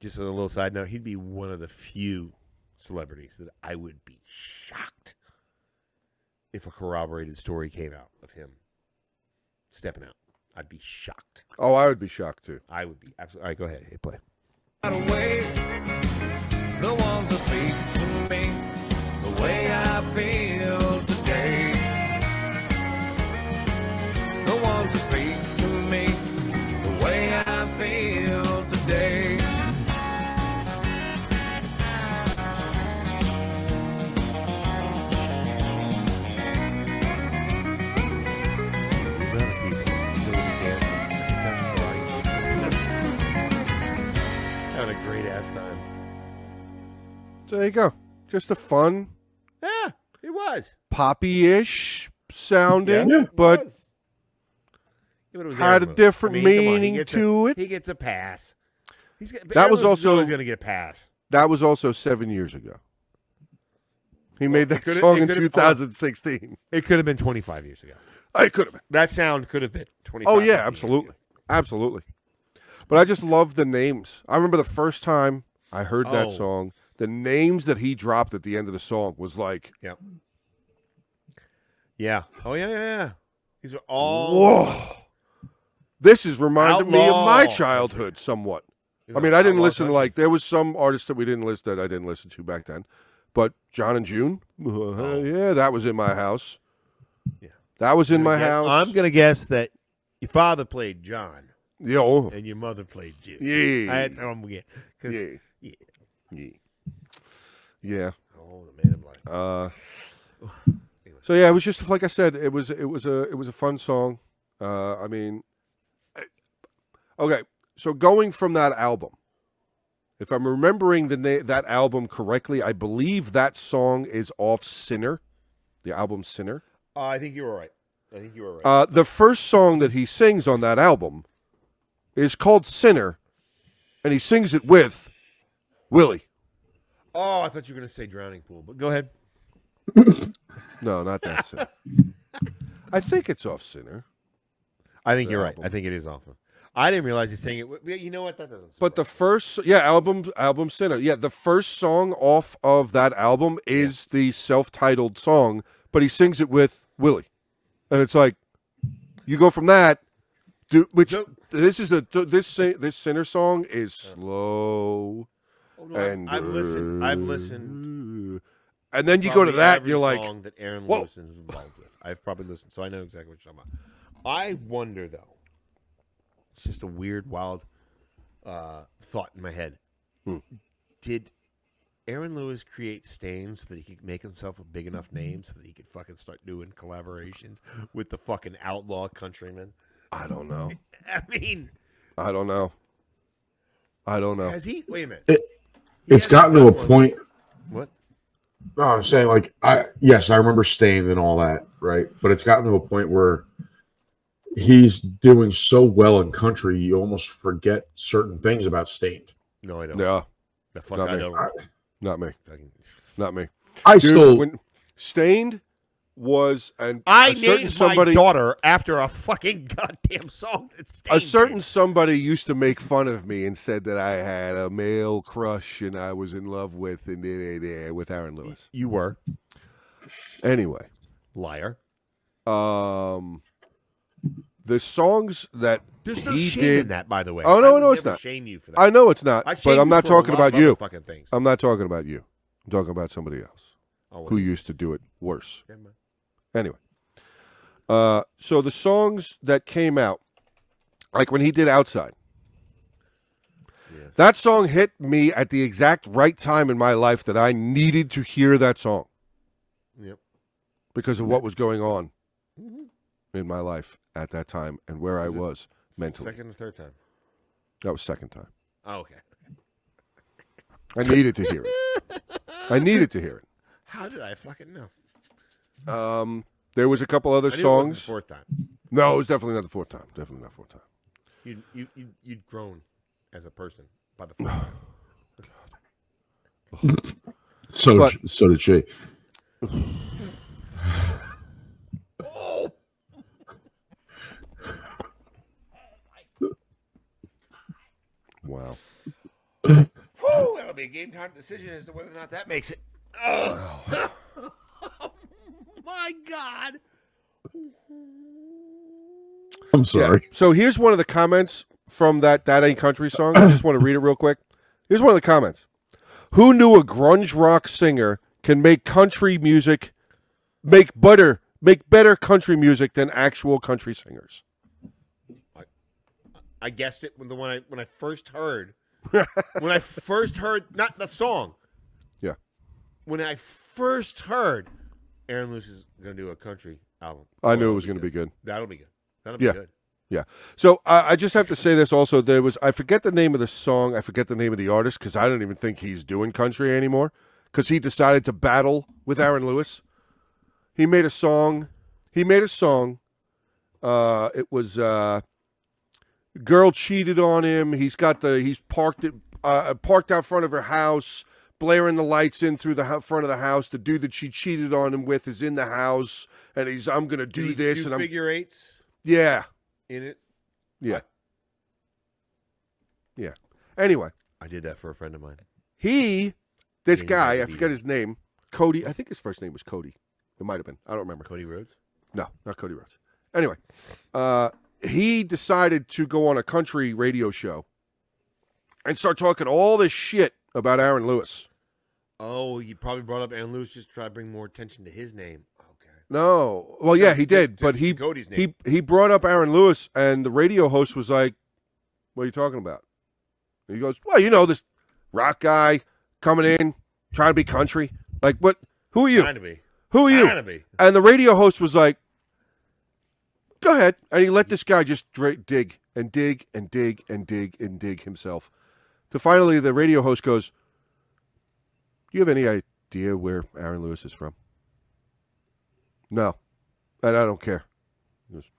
S1: Just on a little side note, he'd be one of the few celebrities that I would be shocked if a corroborated story came out of him stepping out. I'd be shocked.
S4: Oh, I would be shocked too.
S1: I would be absolutely. All right, go ahead. Hit play.
S6: Not away. The ones that speak to me the way I feel today. The ones that speak to me the way I feel today.
S1: Having a great ass time.
S4: So there you go. Just a fun
S1: Yeah, it was.
S4: poppy-ish sounding,
S1: Yeah, it
S4: but
S1: was. Yeah, but it was
S4: had a
S1: Aaron Lewis. I
S4: different
S1: mean, come on, he
S4: meaning
S1: gets a-
S4: to it.
S1: He gets a pass. He's got,
S4: That was also-
S1: always going to get a pass.
S4: that was also seven years ago. He made
S1: it
S4: that
S1: could've-
S4: song
S1: it
S4: in
S1: could've-
S4: 2016.
S1: It could have been 25 years ago.
S4: I could have.
S1: That sound could have been 25.
S4: Oh yeah,
S1: 50 years
S4: absolutely,
S1: ago.
S4: absolutely. But I just love the names. I remember the first time I heard
S1: Oh.
S4: that song. The names that he dropped at the end of the song was like,
S1: Yeah. Oh yeah, yeah, yeah. These are all.
S4: "Whoa, this is reminding me of my
S1: Outlaw.
S4: childhood somewhat."
S1: These
S4: I
S1: are
S4: mean, I didn't
S1: outlaw
S4: listen to
S1: country.
S4: like there was some artists that we didn't listen that I didn't listen to back then, but John and June, yeah, that was in my house.
S1: Oh. Yeah.
S4: that was in
S1: I'm
S4: my
S1: gonna guess-
S4: house.
S1: I'm going to guess that your father played John
S4: Yo,
S1: and your mother played Jim.
S4: yeah,
S1: That's how I'm going to
S4: yeah,
S1: yeah.
S4: yeah, yeah.
S1: Oh, the man of life.
S4: Uh, so yeah, it was just like I said. It was it was a it was a fun song. Uh, I mean, I- okay. So going from that album, if I'm remembering the na- that album correctly, I believe that song is off Sinner, the album Sinner.
S1: Uh, I think you were right. I think you were right.
S4: Uh, the first song that he sings on that album is called Sinner, and he sings it with Willie.
S1: oh, I thought you were going to say drowning pool, but go ahead.
S4: No, not that Sinner. I think it's off Sinner.
S1: I think
S4: The
S1: you're
S4: album.
S1: right. I think it is awful. I didn't realize he's saying it. w- You know what? That doesn't.
S4: But the first, yeah, album, album center, yeah, the first song off of that album is the self-titled song, but he sings it with Willie, and it's like you go from that, do, which
S1: So-
S4: this is a this si- this center song is slow,
S1: Oh, no, I've-
S4: and
S1: I've, listened. I've listened.
S4: and then you go to
S1: probably
S4: that, and
S1: every
S4: you're like,
S1: song that Aaron
S4: "Whoa."
S1: Lewis is involved with. I've probably listened, so I know exactly what you're talking about. I wonder though. It's just a weird, wild uh, thought in my head.
S4: Hmm.
S1: Did Aaron Lewis create stains so that he could make himself a big enough name so that he could fucking start doing collaborations with the fucking outlaw countrymen?
S4: I don't know,
S1: I mean,
S4: I don't know, I don't know.
S1: has he? Wait a minute.
S2: It-
S1: He
S2: It's
S1: hasn't
S2: gotten to a
S1: done one.
S2: point.
S1: What?
S2: No, I'm saying like I yes, I remember stained and all that, right? But it's gotten to a point where he's doing so well in country, you almost forget certain things about stained.
S1: No, I don't.
S4: No,
S1: The fuck
S4: not
S1: I
S4: me.
S1: don't.
S2: I-
S4: not me,
S1: fucking-
S4: not me.
S2: I
S4: Dude,
S2: still
S4: when stained was and
S1: I
S4: a certain
S1: named
S4: somebody
S1: my daughter after a fucking goddamn song that's
S4: a certain somebody used to make fun of me and said that I had a male crush and I was in love with and da- da- da- with Aaron Lewis.
S1: You were
S4: Anyway,
S1: liar.
S4: um, the songs that
S1: There's no
S4: he
S1: shame
S4: did.
S1: in that, by the way.
S4: Oh, no,
S1: I would
S4: no, it's
S1: never
S4: not.
S1: Shame you for that.
S4: I know it's not,
S1: I
S4: but
S1: shame
S4: I'm
S1: you
S4: not
S1: for a
S4: talking
S1: lot of
S4: about you.
S1: other Fucking things.
S4: I'm not talking about you. I'm talking about somebody else
S1: Oh,
S4: who
S1: wait.
S4: used to do it worse.
S1: Never mind.
S4: Anyway, uh, so the songs that came out, like when he did Outside,
S1: Yeah.
S4: that song hit me at the exact right time in my life that I needed to hear that song
S1: Yep.
S4: because of what was going on
S1: Mhm.
S4: in my life at that time and where I
S1: Was it
S4: was mentally.
S1: Second or third time.
S4: That was second time.
S1: Oh, okay.
S4: I needed to hear it. I needed to hear it.
S1: How did I fucking know?
S4: Um, there was a couple other
S1: I knew it wasn't the
S4: songs.
S1: fourth time.
S4: No, it was definitely not the fourth time. Definitely not fourth time.
S1: You you you you'd grown as a person by the fourth time.
S2: so
S4: but-
S2: so did she.
S4: Wow.
S1: Whew, that'll be a game time decision as to whether or not that makes it. Ugh. oh my god.
S2: I'm sorry.
S4: Yeah. So here's one of the comments from that That Ain't Country song. I just want to read it real quick. Here's one of the comments. Who knew a grunge rock singer can make country music, make butter, make better country music than actual country singers?
S1: I guessed it when the when I when I first heard when I first heard not the song.
S4: Yeah.
S1: When I first heard Aaron Lewis is gonna do a country album.
S4: I knew it was going to be good.
S1: That'll be good. That'll be
S4: Yeah.
S1: good.
S4: So I, I just have to say this also. There was I forget the name of the song. I forget the name of the artist because I don't even think he's doing country anymore. Because he decided to battle with Aaron Lewis. He made a song. He made a song. Uh, it was uh, girl cheated on him. He's got the he's parked it uh, parked out front of her house, blaring the lights in through the ho- front of the house. The dude that she cheated on him with is in the house, and he's I'm gonna do
S1: you
S4: this,
S1: do
S4: and I'm
S1: figure eights
S4: yeah.
S1: in it.
S4: Yeah. Yeah. Anyway,
S1: I did that for a friend of mine.
S4: he, this
S1: Yeah, you
S4: guy,
S1: might
S4: I
S1: be-
S4: forget his name, Cody. I think his first name was Cody. It might have been. I don't remember.
S1: Cody Rhodes.
S4: No, not Cody Rhodes. Anyway, uh, he decided to go on a country radio show and start talking all this shit about Aaron Lewis.
S1: Oh, you probably brought up Aaron Lewis just to try to bring more attention to his name. Okay.
S4: No, well, yeah, he
S1: to-
S4: did,
S1: to-
S4: but
S1: to
S4: he
S1: Cody's name.
S4: he he brought up Aaron Lewis, and the radio host was like, "What are you talking about?" And he goes, "Well, you know this rock guy coming in trying to be country. Like, what? Who are you?
S1: Trying to be.
S4: Who are
S1: Trying
S4: you?"
S1: to be.
S4: And the radio host was like, "Go ahead," and he let this guy just dra- dig and dig and dig and dig and dig himself. So finally, the radio host goes, "Do you have any idea where Aaron Lewis is from?" No, and I don't care. He goes,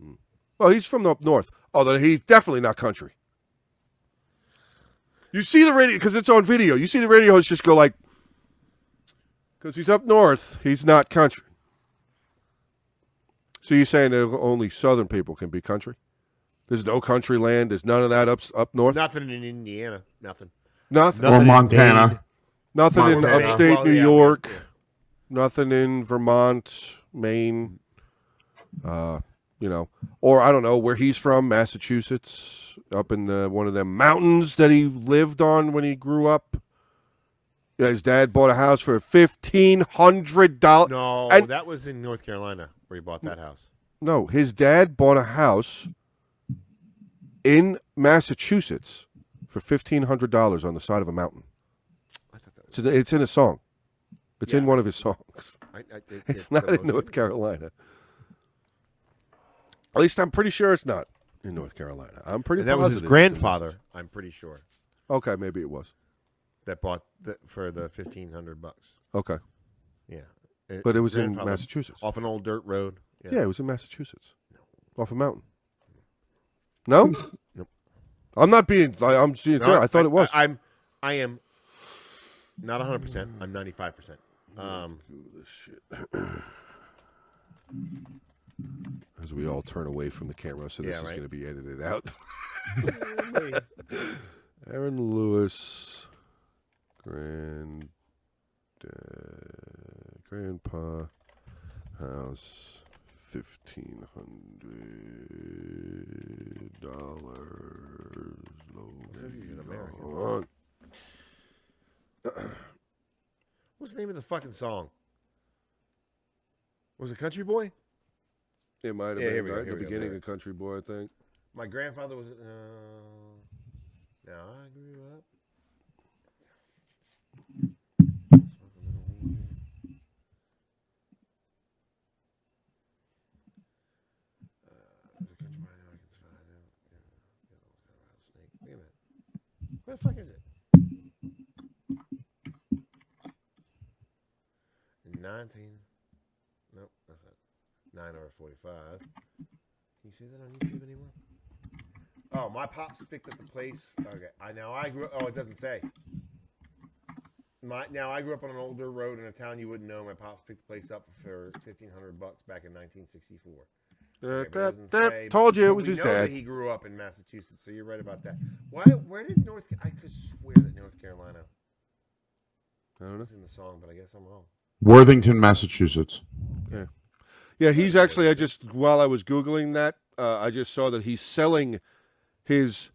S4: "Hmm. Well, he's from up north. Oh, then he's definitely not country. You see the radio because it's on video. You see the radio host just go like, because he's up north, he's not country. So you're saying that only southern people can be country? There's no country land. There's none of that up up north.
S1: Nothing in Indiana. Nothing.
S4: Nothing.
S1: Nothing
S2: Or
S1: in
S2: Montana.
S1: Dade.
S4: Nothing
S2: Montana.
S4: in upstate
S1: Well,
S4: New
S1: yeah,
S4: York.
S1: yeah.
S4: Nothing in Vermont, Maine. Uh, you know, or I don't know where he's from, Massachusetts, up in the one of them mountains that he lived on when he grew up. Yeah, his dad bought a house for fifteen hundred dollars.
S1: No,
S4: And-
S1: that was in North Carolina where he bought that house.
S4: No, his dad bought a house in Massachusetts for fifteen hundred dollars on the side of a mountain.
S1: I thought that was.
S4: It's in, it's in a song. It's in one of his songs.
S1: I, I, it-
S4: It's
S1: it-
S4: not
S1: that
S4: in
S1: was-
S4: North Carolina. At least I'm pretty sure it's not in North Carolina. I'm pretty.
S1: And that was his
S4: positive it's in
S1: grandfather. I'm pretty sure
S4: Massachusetts. Okay, maybe it was.
S1: that bought the, for the fifteen hundred bucks.
S4: Okay,
S1: Yeah,
S4: but it was in
S1: grandfather. Oh,
S4: Massachusetts.
S1: off an old dirt road.
S4: Yeah. it was in Massachusetts, off a mountain. No,
S1: Nope.
S4: I'm not being. I, I'm. being
S1: No,
S4: fair. I thought it was.
S1: I, am I am not hundred percent. I'm ninety five percent. Um,
S4: as we all turn away from the camera, so this
S1: Yeah,
S4: is
S1: right.
S4: going to be edited out. Aaron Lewis, grand, uh, grandpa, house, fifteen hundred dollars.
S1: what's the name of the fucking song? Was it Country Boy?
S4: It might have
S1: Yeah, here
S4: been
S1: we go,
S4: right at
S1: here
S4: the
S1: we go,
S4: beginning of
S1: lyrics.
S4: Country Boy, I think.
S1: My grandfather was. Uh, now I grew up. Wait a minute. Where the fuck is it? Nineteen. Nope, that's it. Nine hour forty-five. Can you see that on YouTube anymore? Oh, my pops picked up the place. Okay, I now I grew. Oh, it doesn't say. My now I grew up on an older road in a town you wouldn't know. My pops picked the place up for fifteen hundred bucks back in nineteen sixty-four. Okay, but it doesn't say-
S4: told you
S1: but
S4: it was
S1: we
S4: his
S1: know that
S4: dad.
S1: he grew up in Massachusetts, so you're right about that. Why? Where did North? I could swear that North Carolina
S4: I don't know.
S1: was in the song, but I guess I'm wrong.
S2: Worthington, Massachusetts.
S4: Yeah, he's actually. I just while I was googling that, uh, I just saw that he's selling his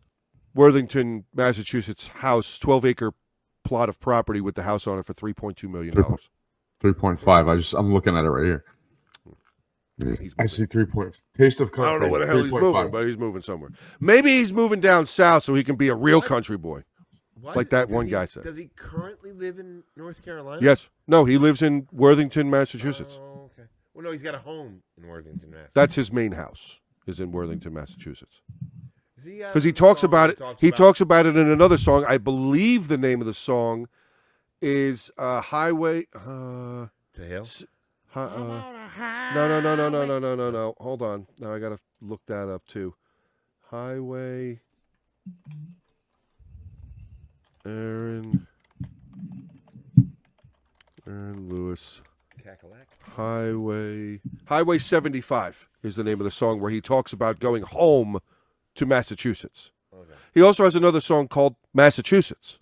S4: Worthington, Massachusetts house, twelve acre plot of property with the house on it for three point two million dollars.
S2: Three point five. I just I'm looking at it right here.
S4: He's
S2: I see three points. Taste of
S4: I
S2: country.
S4: don't know where the hell he's
S2: 3.5.
S4: moving, but he's moving somewhere. Maybe he's moving down south so he can be a real country boy.
S1: Why
S4: Like
S1: do-
S4: that
S1: does
S4: one
S1: he-
S4: guy said.
S1: Does he currently live in North Carolina?
S4: Yes. No, he lives in Worthington, Massachusetts.
S1: Oh, okay. Well, no, he's got a home in Worthington, Mass.
S4: That's his main house. Is in Worthington, Massachusetts.
S1: Is he, uh,
S4: because he
S1: in the
S4: talks
S1: song
S4: about it. He
S1: about-
S4: talks about it in another song. I believe the name of the song is uh, "Highway." Uh,
S1: The hill.
S4: hi, uh, no, no, no, no, no, no, no, no, no. Hold on. Now I gotta look that up too. Highway. Aaron. Aaron Lewis.
S1: Cackalack.
S4: Highway Highway 75 is the name of the song where he talks about going home to Massachusetts.
S1: Okay.
S4: He also has another song called Massachusetts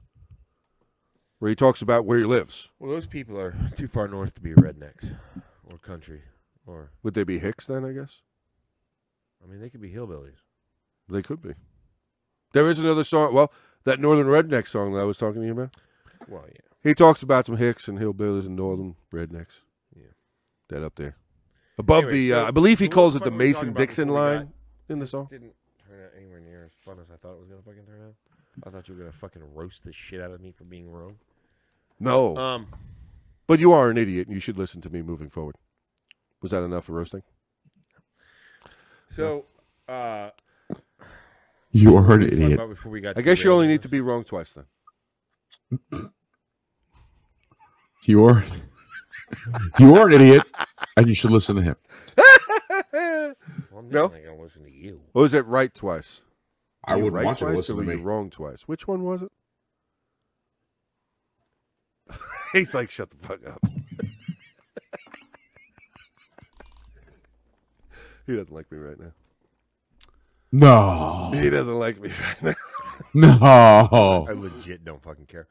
S4: where he talks about where he lives.
S1: Well, those people are too far north to be rednecks or country or
S4: Would they be Hicks then, I guess?
S1: I mean, they could be hillbillies.
S4: They could be. There is another song, well, that Northern Redneck song that I was talking to you about.
S1: Well, yeah.
S4: He talks about some Hicks and hillbillies and Northern Rednecks.
S1: Yeah.
S4: That up there. Above
S1: Anyway,
S4: the,
S1: so-
S4: uh, I believe he
S1: so what
S4: calls
S1: the
S4: it
S1: fuck
S4: the
S1: were we talking
S4: Mason
S1: about
S4: Dixon
S1: before we
S4: line
S1: got-
S4: in the
S1: This
S4: song.
S1: didn't turn out anywhere near as fun as I thought it was gonna fucking turn out. I thought you were gonna fucking roast the shit out of me for being wrong.
S4: No.
S1: Um,
S4: But you are an idiot, and you should listen to me moving forward. Was that enough for roasting?
S1: so uh,
S2: You are an
S1: what
S2: idiot.
S1: about before we got,
S4: I guess you only need to
S1: derailed?
S4: be wrong twice then.
S2: You are. You are an idiot, and you should listen to him.
S1: Eh. Well, I'm
S4: No.
S1: definitely gonna listen to you.
S4: Or was it right twice?
S2: I
S4: Were you
S2: would
S4: right
S2: want you
S4: twice,
S2: to listen
S4: or were
S2: to
S4: you
S2: me.
S4: wrong twice. Which one was it? He's like, shut the fuck up. he doesn't like me right now.
S2: No,
S4: He doesn't like me right
S2: no.
S1: I legit don't fucking care.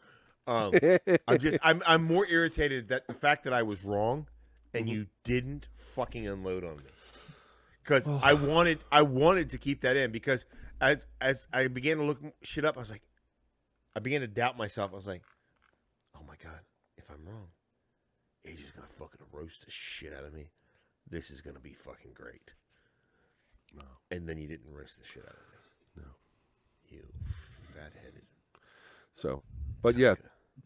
S1: Um,
S4: now.
S1: I'm just I'm I'm more irritated that the fact that I was wrong and you didn't fucking unload on me. Cuz I wanted I wanted to keep that in because as as I began to look shit up I was like I began to doubt myself. I was like, "Oh my god, if I'm wrong, Age is going to fucking roast the shit out of me. This is going to be fucking great." And then you didn't roast the shit out of me. No. You fat-headed.
S4: so, but yeah,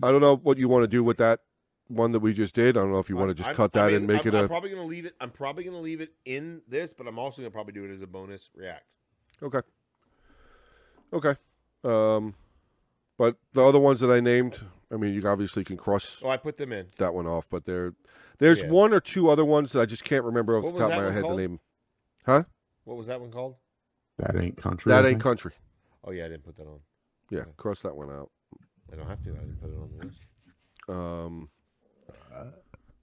S4: I don't know what you want to do with that one that we just did. I don't know if you want to
S1: I'm-
S4: just
S1: I'm-
S4: cut
S1: I
S4: that
S1: mean,
S4: and make
S1: I'm,
S4: it a.
S1: I'm probably gonna leave it. I'm probably gonna leave it in this, but I'm also gonna probably do it as a bonus react.
S4: Okay. Okay. Um, but the other ones that I named, I mean, you obviously can cross
S1: Oh, I put them in.
S4: that one off, but there, there's
S1: Yeah.
S4: one or two other ones that I just can't remember off
S1: What
S4: the
S1: was
S4: top
S1: that
S4: of my
S1: one
S4: head
S1: called?
S4: the name.
S1: What was that one called?
S2: That ain't country.
S4: That
S2: I
S4: ain't
S2: think.
S4: country.
S1: Oh yeah, I didn't put that on.
S4: Yeah,
S1: Okay.
S4: cross that one out.
S1: I don't have to. I didn't put it on the list.
S4: Um,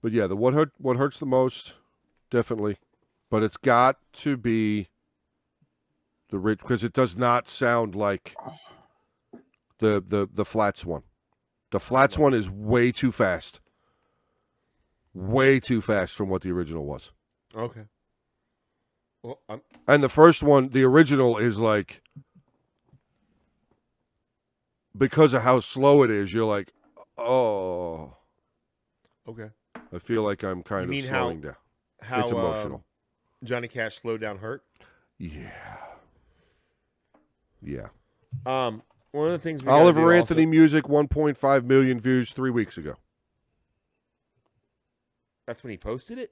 S4: but yeah, the what hurt what hurts the most, definitely, but it's got to be the rich because it does not sound like the the the flats one. The flats one is way too fast, way too fast from what the original was.
S1: Okay. Well, I'm,
S4: And the first one, the original is like because of how slow it is, you're like, oh,
S1: okay.
S4: I feel like I'm kind
S1: mean
S4: of
S1: how-
S4: slowing down.
S1: How
S4: it's emotional.
S1: um, Johnny Cash slow down hurt.
S4: yeah. Yeah.
S1: Um, one of the things we gotta do
S4: Oliver
S1: also-
S4: Anthony music 1.5 million views 3 weeks ago.
S1: that's when he posted it.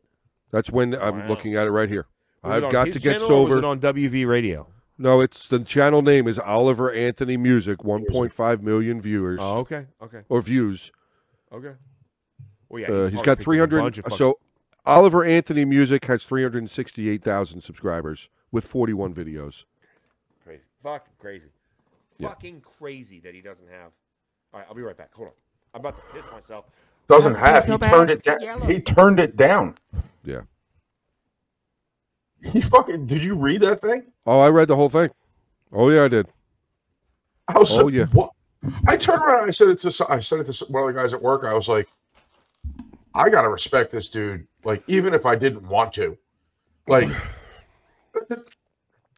S4: That's when I'm
S1: Wow.
S4: looking at it right here.
S1: Was it
S4: I've
S1: on
S4: got
S1: his
S4: to get
S1: channel or was
S4: sober.
S1: it on WV Radio.
S4: no, it's the channel name is Oliver Anthony Music 1.5 million viewers
S1: Oh, okay. Okay.
S4: or views.
S1: Okay. Well, yeah,
S4: Uh, he's
S1: probably
S4: got
S1: picked up a
S4: 300
S1: bunch of
S4: so Oliver Anthony Music has 368,000 subscribers with 41 videos.
S1: Crazy. Fucking crazy.
S4: Yeah.
S1: Fucking crazy that he doesn't have. All right, I'll be right back. Hold on. I'm about to piss myself.
S3: Doesn't
S1: Oh,
S3: have.
S1: so
S3: He
S1: bad.
S3: turned it
S1: It's
S3: down.
S1: yellow.
S3: He turned it down.
S4: Yeah.
S3: He fucking. Did you read that thing?
S4: Oh, I read the whole thing. Oh yeah, I did.
S3: I was
S4: Oh,
S3: like,
S4: yeah.
S3: "What?" I turned around. I said it to. s- I said it to s- one of the guys at work. I was like, I gotta respect this dude. Like, even if I didn't want to, like,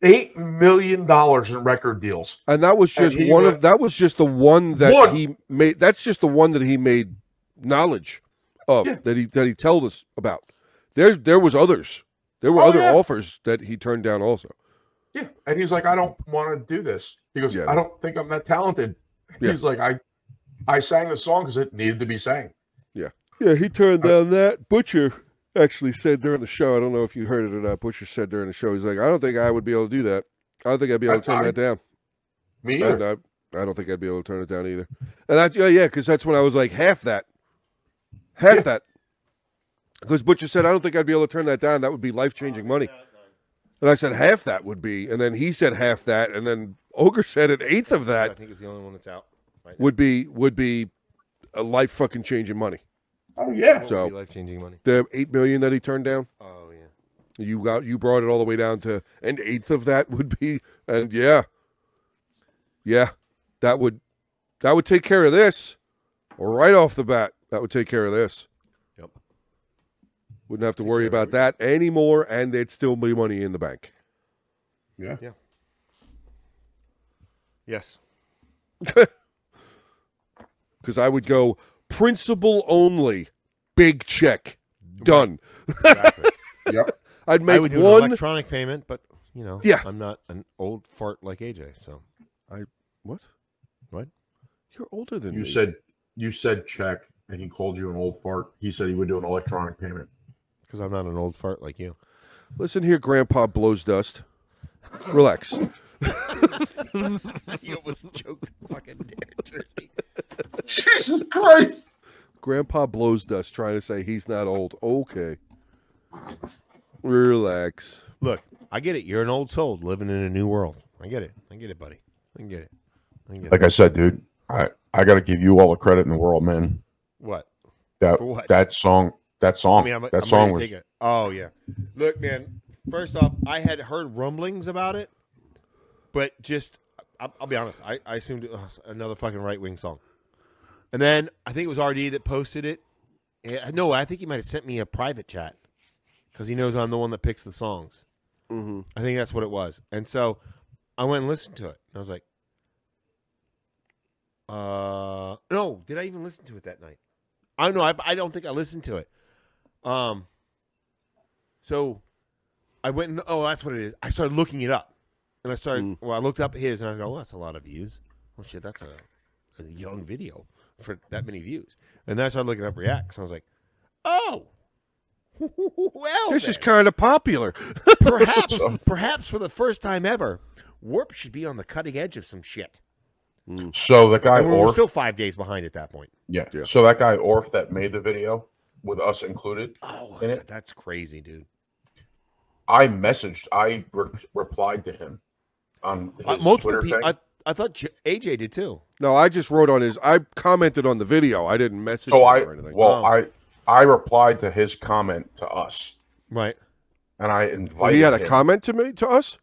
S7: eight million dollars in record deals.
S4: And that was
S7: And
S4: just
S7: he
S4: one
S7: went-
S4: of that was just the one that
S7: One.
S4: he made. That's just the one that he made knowledge of that he that he told us about. There there was others. There were
S7: Oh,
S4: other
S7: yeah.
S4: offers that he turned down also.
S7: Yeah, and he's like, I don't want to do this. He goes,
S4: Yeah.
S7: I don't think I'm that talented.
S4: Yeah.
S7: He's like, I, I sang the song because it needed to be sang.
S4: Yeah, he turned down that. Butcher actually said during the show. I don't know if you heard it or not. Butcher said during the show, he's like, I don't think I would be able to do that. I don't think I'd be able to
S7: I-
S4: turn
S7: I-
S4: that down.
S7: Me either.
S4: And I, I don't think I'd be able to turn it down either. And that, yeah, yeah, because that's when I was like half that, half that. Because Butcher said, I don't think I'd be able to turn that down. That would be life changing money. And I said half that would be, and then he said half that, and then Ogre said an eighth of
S1: I
S4: that
S1: think it's the only one that's out. Right now.
S4: would be would be a life fucking changing money.
S7: Oh yeah.
S4: So-
S1: life changing money.
S4: The eight million that he turned down,
S1: Oh yeah.
S4: you got you brought it all the way down to an eighth of that would be, and yeah, yeah, that would that would take care of this right off the bat. That would take care of this.
S1: Yep.
S4: Wouldn't have to worry about that anymore, and there'd still be money in the bank.
S1: Yes.
S4: Because I would go principal only, big check, done.
S1: Exactly.
S7: Yep.
S4: I'd
S1: I
S4: make
S1: would do an
S4: one.
S1: electronic payment, but you know,
S4: Yeah.
S1: I'm not an old fart like AJ. So
S4: What?
S1: What?
S4: You're older than
S7: You
S4: me.
S7: said you said check, and he called you an old fart. He said he would do an electronic payment.
S1: because I'm not an old fart like you.
S4: Listen here, Grandpa blows dust. Relax.
S1: you almost choked fucking jersey.
S7: Jesus Christ!
S4: Grandpa blows dust, trying to say he's not old. Okay. Relax.
S1: Look, I get it. You're an old soul living in a new world. I get it. I get it, buddy. I get it. I get
S3: Like
S1: it.
S3: I said, dude, I I got to give you all the credit in the world, man.
S1: What?
S3: That
S1: For what?
S3: that song, that song,
S1: I mean, I'm,
S3: that
S1: I'm
S3: song
S1: gonna
S3: was
S1: take it. Oh yeah. Look, man. First off, I had heard rumblings about it, but just I'll, I'll be honest. I, I assumed it was another fucking right wing song. And then I think it was RD that posted it. Yeah, no, I think he might have sent me a private chat because he knows I'm the one that picks the songs.
S4: Mm-hmm.
S1: I think that's what it was. And so I went and listened to it. And I was like, uh, no, did I even listen to it that night? I don't know. I, I don't think I listened to it. Um, so I went and, oh, that's what it is. I started looking it up. And I started,
S4: Mm.
S1: well, I looked up his and I go, well, that's a lot of views. Oh, shit, that's a, a young video for that many views. And then I started looking up reacts. And I was like, oh, well,
S4: This is
S1: then
S4: kind of popular.
S1: perhaps, perhaps for the first time ever, Warp should be on the cutting edge of some shit.
S3: so that guy
S1: And we're, we're
S3: Orf,
S1: still five days behind at that point.
S3: yeah.
S4: Yeah.
S3: So that guy Orf that made the video with us included,
S1: Oh,
S3: In it?
S1: that's crazy, dude.
S3: I messaged, I re- replied to him on his
S1: Uh, multiple
S3: Twitter
S1: people.
S3: thing.
S1: I, I thought J- AJ did too.
S4: No, I just wrote on his. I commented on the video. I didn't message
S3: so
S4: him
S3: I,
S4: or anything.
S1: Oh.
S3: well, I I replied to his comment to us,
S1: Right.
S3: and I invited.
S4: he had a
S3: him.
S4: comment to me to us.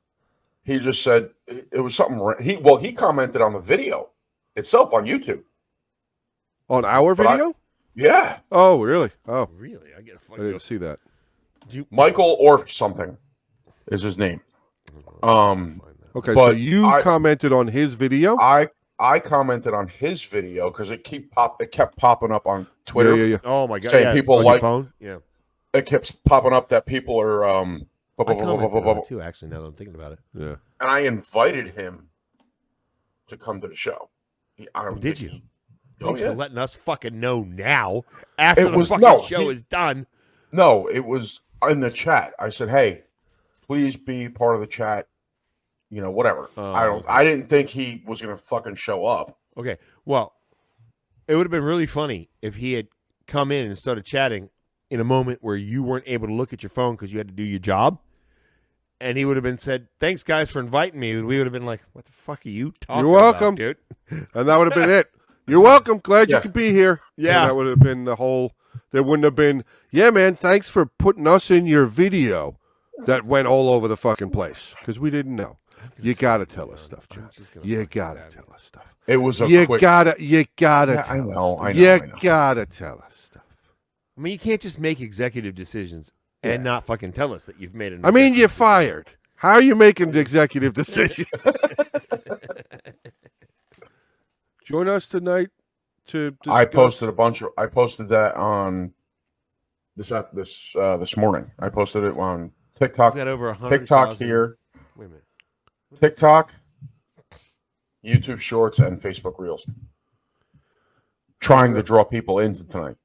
S3: He just said it was something. ra- He well, he commented on the video itself on YouTube.
S4: On our
S3: But I-
S4: video?
S3: Yeah,
S4: oh, really? Oh,
S1: Really? I get a
S4: I
S1: fucking.
S4: didn't see that.
S3: Michael or something is his name. Um,
S4: Okay, so
S3: But
S4: you
S3: I-
S4: commented on his video?
S3: I I commented on his video because it keep pop it kept popping up on Twitter.
S4: Yeah, yeah, yeah.
S1: Oh my god!
S3: Saying
S1: yeah,
S3: people
S1: on your
S3: like-
S1: phone. Yeah.
S3: It keeps popping up that people are um. bu-
S1: I
S3: bu- bu- bu- bu-
S1: commented
S3: bu-
S1: on it
S3: bu-
S1: too. Actually, now that I'm thinking about it,
S4: Yeah.
S3: And I invited him to come to the show. He- I don't
S1: Oh, did
S3: think
S1: you?
S3: he- Oh,
S1: thanks
S3: yeah.
S1: for letting us fucking know now after
S3: It
S1: the
S3: was-
S1: fucking
S3: no,
S1: show
S3: he-
S1: is done.
S3: No, it was in the chat. I said, "Hey, please be part of the chat." You know, whatever.
S1: Oh,
S3: I don't.
S1: okay.
S3: I didn't think he was gonna fucking show up.
S1: Okay. Well, it would have been really funny if he had come in and started chatting in a moment where you weren't able to look at your phone because you had to do your job. And he would have been said, "Thanks, guys, for inviting me." And we would have been like, "What the fuck are you talking?
S4: You're welcome.
S1: about, dude."
S4: And that would have been it. You're welcome. Glad
S3: Yeah.
S4: you could be here. And
S1: Yeah.
S4: that would have been the whole. There wouldn't have been, yeah, man, thanks for putting us in your video that went all over the fucking place because we didn't know. You got to tell us stuff, John. You got to tell us stuff.
S3: It was a
S4: You
S3: quick.
S4: got to, you got to
S3: Yeah, I
S4: tell
S3: know,
S4: us.
S3: I know,
S4: you
S3: I know.
S4: got to tell us stuff.
S1: I mean, you can't just make executive decisions and not fucking tell us that you've made an.
S4: I mean,
S1: executive
S4: you're
S1: decision.
S4: fired. How are you making the executive decision? Join us tonight to
S3: I
S4: discuss-
S3: posted a bunch of. I posted that on this af- this uh, this morning. I posted it on
S6: I've
S3: TikTok.
S6: got over a hundred.
S3: TikTok
S6: thousand-
S3: here,
S6: Wait a minute.
S3: TikTok, YouTube Shorts, and Facebook Reels. Trying to draw people into tonight.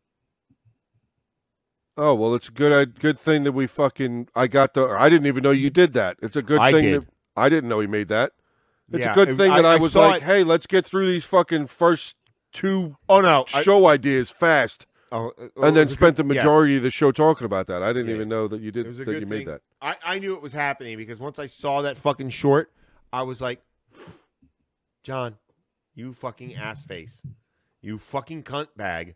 S4: Oh well, it's a good a good thing that we fucking I got the. I didn't even know you did that. It's a good
S1: I
S4: thing
S1: did.
S4: that I didn't know he made that. It's
S1: Yeah,
S4: a good
S1: it-
S4: thing that I, was
S1: saw
S4: like,
S1: it-
S4: hey, let's get through these fucking first two
S1: oh no, I-
S4: show ideas fast,
S1: oh, uh,
S4: and
S1: it
S4: then
S1: was a
S4: spent the
S1: good- yes.
S4: majority of the show talking about that. I didn't
S1: Yeah.
S4: even know that you
S1: It
S4: did
S1: was a
S4: that
S1: good
S4: you
S1: thing.
S4: made that.
S1: I, I knew it was happening because once I saw that fucking short, I was like, John, you fucking ass face. You fucking cunt bag.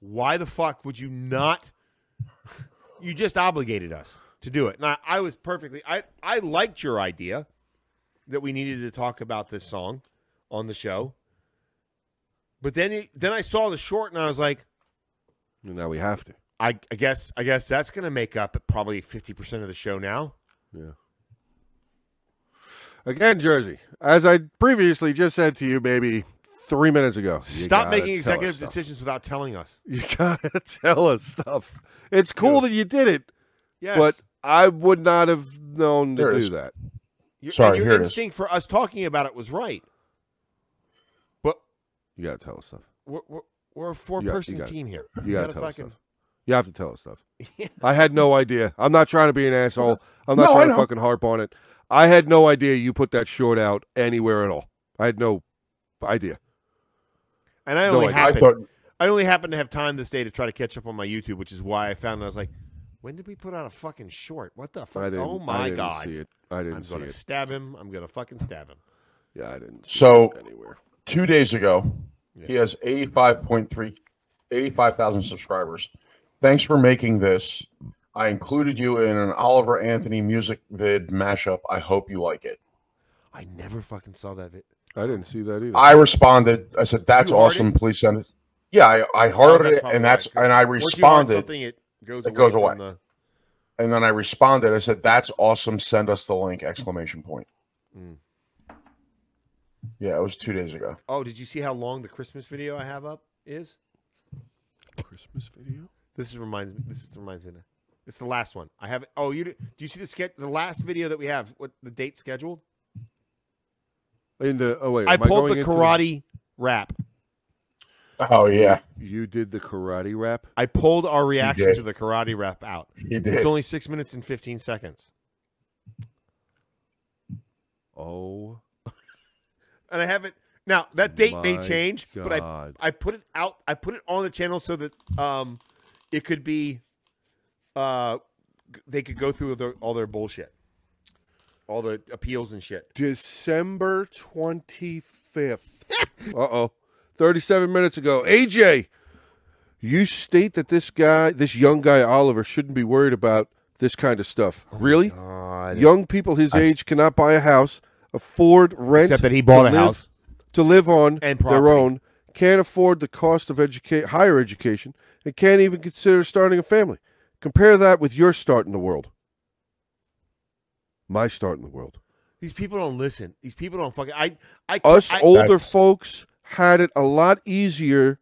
S1: Why the fuck would you not? You just obligated us to do it. Now, I was perfectly, I, I liked your idea that we needed to talk about this song on the show. But then, it- then I saw the short and I was like,
S4: And now we have to.
S1: I, I guess I guess that's going to make up probably fifty percent of the show now.
S4: Again, Jersey, as I previously just said to you maybe three minutes ago. you
S1: Stop
S4: gotta
S1: making
S4: tell
S1: executive
S4: us stuff.
S1: decisions without telling us.
S4: You gotta tell us stuff. It's cool that you did it,
S1: Yes,
S4: but I would not have known to
S3: There it
S4: do
S3: is.
S4: that.
S1: your,
S3: sorry,
S1: and
S3: here
S1: your
S3: it is.
S1: instinct for us talking about it was right. But
S4: You gotta tell us stuff.
S1: we're we're, we're a four-person
S4: got it.
S1: team here.
S4: You gotta, tell us
S1: fucking.
S4: stuff. You have to tell us stuff. I had no idea. I'm not trying to be an asshole. I'm not
S3: No, I
S4: trying to
S3: know.
S4: fucking harp on it. I had no idea you put that short out anywhere at all. I had no idea.
S1: And I
S4: No
S1: only
S4: idea.
S1: happened.
S3: I
S1: I,
S3: thought
S1: only happened to have time this day to try to catch up on my YouTube, which is why I found that I was like, when did we put out a fucking short? What the
S4: I
S1: fuck?
S4: didn't.
S1: Oh
S4: I
S1: my
S4: didn't
S1: god!
S4: See it. I
S1: I'm
S4: didn't see
S1: gonna
S4: it.
S1: stab him. I'm gonna fucking stab him.
S4: Yeah, I didn't. See
S3: So-
S4: it anywhere.
S3: two days ago. He
S1: Yeah.
S3: has 85.3, 85,000 subscribers. Thanks for making this. I included you in an Oliver Anthony music vid mashup. I hope you like it.
S1: I never fucking saw that. Vid-
S4: I didn't see that either.
S3: I responded. I said, "That's
S1: You heard
S3: awesome. Please send it." Yeah, I, I heard
S1: that's
S3: it,
S1: probably
S3: and that's
S1: right, 'cause
S3: and I
S1: Once you learn
S3: responded,
S1: Something it goes.
S3: it
S1: away
S3: goes
S1: from
S3: away.
S1: the-
S3: and then I responded. I said, "That's awesome. Send us the link!" Exclamation point.
S1: Mm.
S3: Yeah, it was two days ago.
S1: Oh, did you see how long the Christmas video I have up is?
S4: Christmas video.
S1: This is reminds me. This is, reminds me. Of that. It's the last one I have. Oh, you di- do you see the sketch? The last video that we have. What the date scheduled?
S4: In the oh wait,
S1: I
S4: am
S1: pulled
S4: going
S1: the
S4: into-
S1: karate rap.
S3: Oh yeah,
S4: You did the karate rap.
S1: I pulled our reaction
S3: did.
S1: to the karate rap out.
S3: he
S1: It's
S3: did.
S1: only six minutes and fifteen seconds,
S4: Oh,
S1: and I haven't. Now that date may
S4: my
S1: change,
S4: God.
S1: but I I put it out. I put it on the channel so that um, it could be, uh, g- they could go through their, all their bullshit, all the appeals and shit.
S4: December 25th. uh oh. 37 minutes ago. AJ, you state that this guy, this young guy, Oliver, shouldn't be worried about this kind of stuff.
S1: Oh
S4: really? Young people his
S3: I-
S4: age cannot buy a house, afford rent,
S1: Except that he bought a
S4: live-
S1: house.
S4: to live on
S1: And
S4: their
S1: property.
S4: own, can't afford the cost of educa- higher education, and can't even consider starting a family. Compare that with your start in the world. My start in the world.
S1: These people don't listen. These people don't fucking. I, I,
S4: us
S1: I,
S4: older
S3: That's-
S4: folks had it a lot easier.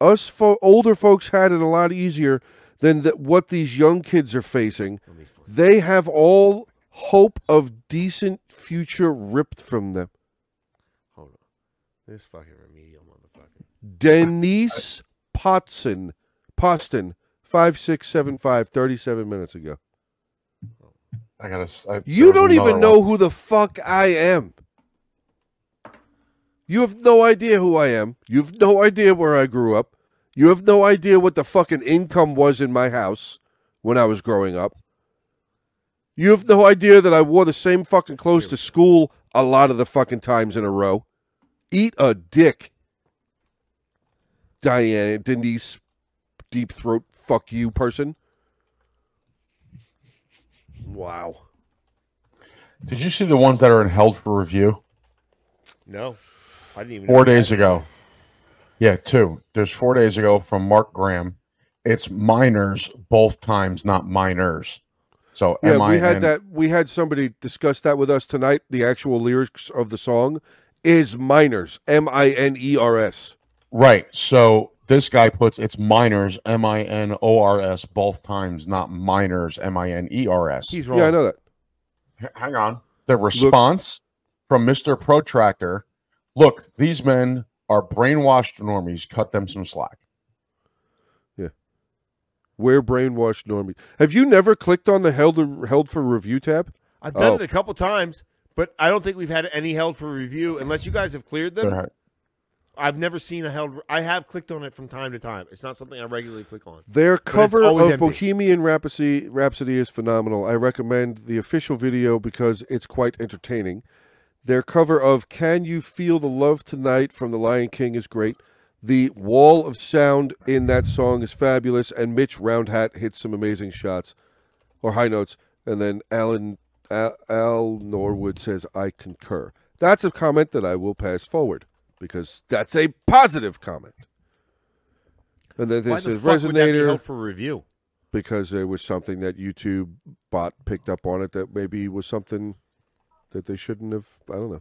S4: Us fo- older folks had it a lot easier than the, what these young kids are facing. They have all hope of decent future ripped from them.
S1: hold on. This fucking remedial motherfucker.
S4: Denise Potson, Poston, five six seven five, thirty-seven minutes ago.
S3: I gotta. s- I- there
S4: You
S3: was
S4: don't
S3: another
S4: even
S3: one.
S4: know who the fuck I am. You have no idea who I am. You have no idea where I grew up. You have no idea what the fucking income was in my house when I was growing up. You have no idea that I wore the same fucking clothes to school a lot of the fucking times in a row. Eat a dick. Diana Denise deep throat fuck you person. Wow.
S3: Did you see the ones that are in held for review?
S1: No, I didn't even.
S3: four
S1: know
S3: days
S1: that.
S3: ago. Yeah, two. There's four days ago from Mark Graham. It's minors both times, not minors.
S2: So
S4: Yeah,
S2: M I
S4: we had
S2: N.
S4: that. We had somebody discuss that with us tonight. The actual lyrics of the song is minors, M I N E R S.
S2: Right. So this guy puts it's minors, M I N O R S, both times, not minors, M I N E R S.
S1: He's wrong.
S4: Yeah, I know that.
S2: H- hang on. The response from Mr. Protractor look, these men are brainwashed normies. Cut them some slack.
S4: We're brainwashed normie. Have you never clicked on the held held for review tab?
S1: I've done
S4: Oh.
S1: it a couple times, but I don't think we've had any held for review unless you guys have cleared them.
S2: They're-
S1: I've never seen a held. I have clicked on it from time to time. It's not something I regularly click on.
S4: Their cover of
S1: always empty.
S4: Bohemian Rhapsody, Rhapsody is phenomenal. I recommend the official video because it's quite entertaining. Their cover of Can You Feel the Love Tonight from The Lion King is great. The wall of sound in that song is fabulous, and Mitch Roundhat hits some amazing shots or high notes. And then Alan Al, Al Norwood says, I concur. That's a comment that I will pass forward because that's a positive comment. And then
S1: Why
S4: this
S1: the
S4: is
S1: fuck would that be
S4: Resonator
S1: held for review?
S4: because there was something that YouTube bot picked up on it that maybe was something that they shouldn't have. I don't know.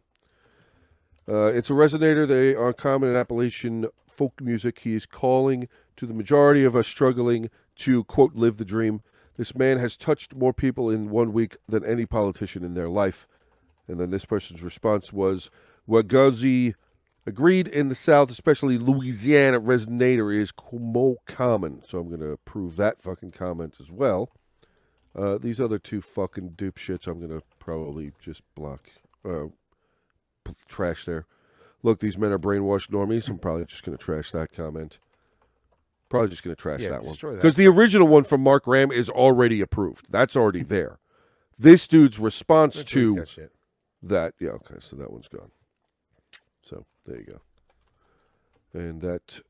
S4: Uh, it's a resonator. They are common in Appalachian folk music. He is calling to the majority of us struggling to quote live the dream. This man has touched more people in one week than any politician in their life. And then this person's response was Wagazi agreed in the South, especially Louisiana, resonator is co- more common. So I'm going to approve that fucking comment as well. Uh, these other two fucking dupe shits I'm going to probably just block. Uh, p- trash there. Look, these men are brainwashed normies. I'm probably just going to trash that comment. Probably just going to trash
S1: Yeah,
S4: that one.
S1: destroy that.
S4: Because the original one from Mark Ram is already approved. That's already there. This dude's response
S1: Don't
S4: to
S1: delete that shit.
S4: that yeah okay so that one's gone so there you go and that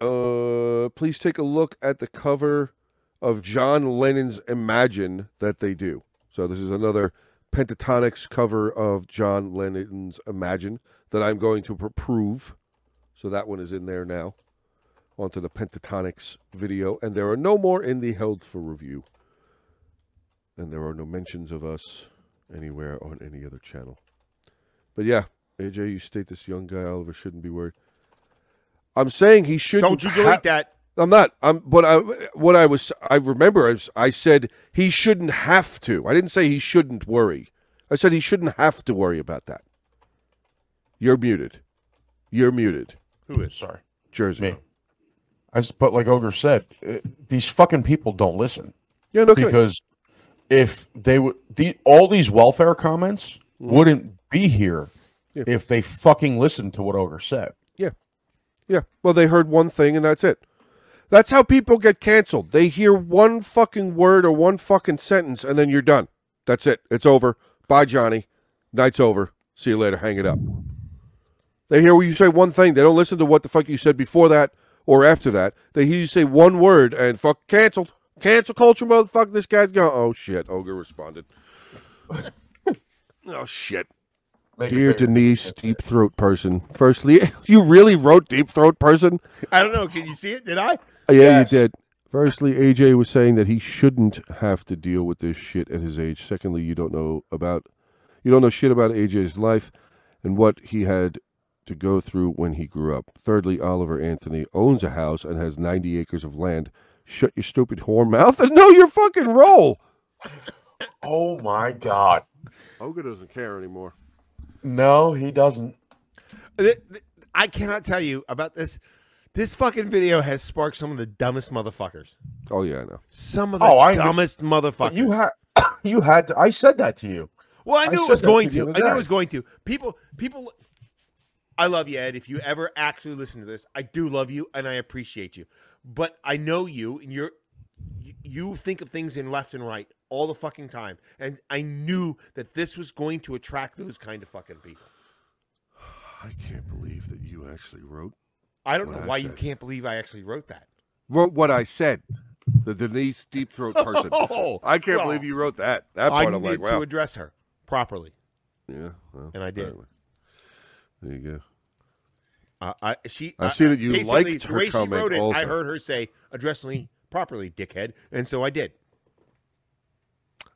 S4: uh please take a look at the cover of john lennon's imagine that they do so this is another pentatonics cover of john lennon's imagine that i'm going to approve so that one is in there now onto the pentatonics video and there are no more in the held for review and there are no mentions of us anywhere on any other channel. But yeah, AJ, you state this young guy Oliver shouldn't be worried. I'm saying he shouldn't.
S1: Don't you
S4: ha-
S1: delete that?
S4: I'm not. I'm. But I. What I was. I remember. I, was, I said he shouldn't have to. I didn't say he shouldn't worry. I said he shouldn't have to worry about that. You're muted. You're muted.
S1: Who is?
S2: Sorry.
S4: Jersey.
S2: Me. I s but like Ogre said, uh, these fucking people don't listen.
S4: Yeah. No. kidding.
S2: because if they would the, all these welfare comments wouldn't be here
S4: Yeah.
S2: if they fucking listened to what ogre said
S4: Yeah. Well, they heard one thing and that's it. That's how people get canceled. They hear one fucking word or one fucking sentence and then you're done. That's it. It's over. Bye, Johnny. Night's over. See you later. Hang it up. They hear you say one thing. They don't listen to what the fuck you said before that or after that. They hear you say one word and fuck canceled. Cancel culture, motherfucker. This guy's gone. Oh shit. Ogre responded. oh shit.
S3: Make it
S4: Dear
S3: bigger.
S4: Denise, deep throat person. Firstly, you really wrote deep throat person?
S1: I don't know. Can you see it? Did I?
S4: Uh, Yeah,
S2: Yes.
S4: you did. Firstly, AJ was saying that he shouldn't have to deal with this shit at his age. Secondly, you don't know about you don't know shit about AJ's life and what he had to go through when he grew up. Thirdly, Oliver Anthony owns a house and has 90 acres of land. Shut your stupid whore mouth and know your fucking role.
S3: Oh my god.
S4: Oga doesn't care anymore.
S2: no he doesn't
S1: Th- th- I cannot tell you about this. This fucking video has sparked some of the dumbest motherfuckers.
S4: Oh yeah, I know.
S1: Some of the
S2: Oh, I-
S1: dumbest motherfuckers.
S2: you had you had to, i said that to you
S1: Well,
S2: I
S1: I knew it
S2: said
S1: was
S2: that to you
S1: going to.
S2: the
S1: I knew
S2: other
S1: it
S2: day.
S1: was going to. People, people. I love you, Ed. If you ever actually listen to this, I do love you and I appreciate you. But I know you, and you're you, you think of things in left and right all the fucking time. And I knew that this was going to attract those kind of fucking people.
S4: I can't believe that you actually wrote
S1: I don't know
S4: What I
S1: why you
S4: said.
S1: can't believe I actually wrote that.
S4: wrote what I said. The Denise deep throat person.
S1: Oh,
S4: I can't
S1: well,
S4: believe you wrote that. That
S1: I
S4: part
S1: need
S4: I'm like,
S1: to
S4: wow.
S1: address her properly,
S4: Yeah, well,
S1: and I did.
S4: apparently. There you go.
S1: I, I she.
S4: I see that you
S1: basically,
S4: liked
S1: the
S4: her
S1: way she
S4: comment
S1: wrote it,
S4: also.
S1: I heard her say, "Address me properly, dickhead," and so I did.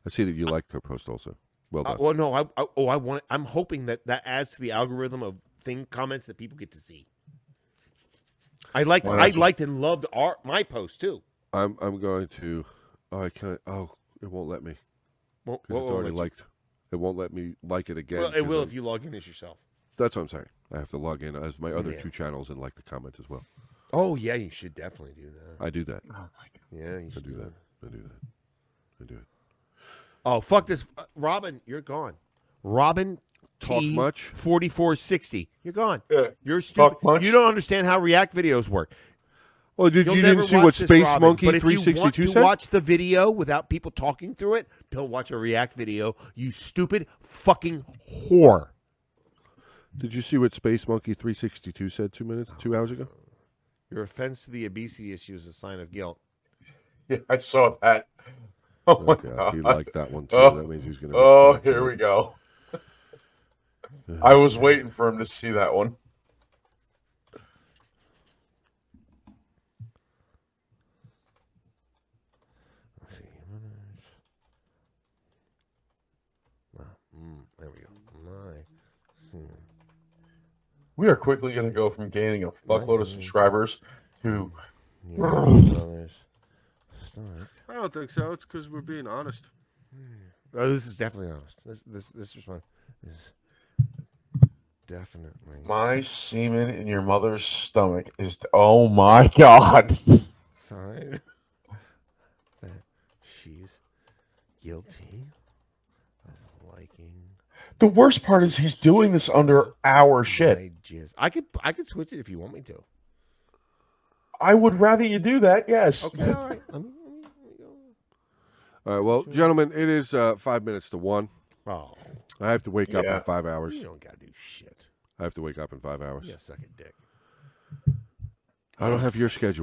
S4: I see that you liked her post also. Well
S1: Uh,
S4: done.
S1: well, no, I, I oh, I want. I'm hoping that that adds to the algorithm of thing comments that people get to see. I liked,
S2: Why
S1: I
S2: not just-
S1: liked and loved our my post too.
S4: I'm I'm going to. Oh, I can't. Oh, it won't let me
S1: Well,
S4: because it's already liked. It won't let me like it again.
S1: Well, it
S4: 'cause
S1: will
S4: I'm-
S1: if you log in as yourself.
S4: That's what I'm saying. I have to log in as my other
S1: Yeah.
S4: two channels and like the comment as well.
S1: Oh yeah, you should definitely do that.
S4: I do that.
S1: Yeah, you
S4: I
S1: should
S4: do that. I do that. I do it.
S1: Oh fuck this, Uh, Robin, you're gone. Robin,
S4: Talk much?
S1: Forty four sixty, you're gone.
S3: Yeah.
S1: You're stupid.
S3: Talk much?
S1: You don't understand how React videos work.
S4: Well, did
S1: You'll
S4: you
S1: never
S4: didn't see
S1: watch
S4: what
S1: this,
S4: Space
S1: Robin,
S4: Monkey
S1: but if you want
S4: 362
S1: to
S4: said?
S1: Watch the video without people talking through it. Don't watch a React video. You stupid fucking whore.
S4: Did you see what Space Monkey 362 said two minutes, two hours ago?
S1: Your offense to the obesity issue is a sign of guilt.
S3: Yeah, I saw that. Oh,
S4: Oh,
S3: my
S4: God. He
S3: God.
S4: liked that one too.
S3: Oh.
S4: that means he's going to.
S3: Oh, here we go. I was waiting for him to see that one.
S1: Let's see. Ah, mm, there we go. My.
S3: We are quickly going to go from gaining a fuckload of subscribers to
S1: Brothers.
S4: I don't think so. It's because we're being honest.
S1: Oh, this is definitely honest. This this this response is definitely.
S3: my semen in your mother's stomach is. oh my god!
S1: sign that she's guilty of liking
S3: The worst part is he's doing this under our shit.
S1: my jizz. I could I could switch it if you want me to.
S3: I would rather you do that. Yes.
S1: Okay, all right. Let me, let me, let me go.
S4: All right. Well, gentlemen, it is uh, five minutes to one.
S1: Oh,
S4: I have to wake up
S3: Yeah.
S4: in five hours.
S1: you don't gotta do shit.
S4: I have to wake up in five hours.
S1: You gotta suck a dick.
S4: I don't have your schedule.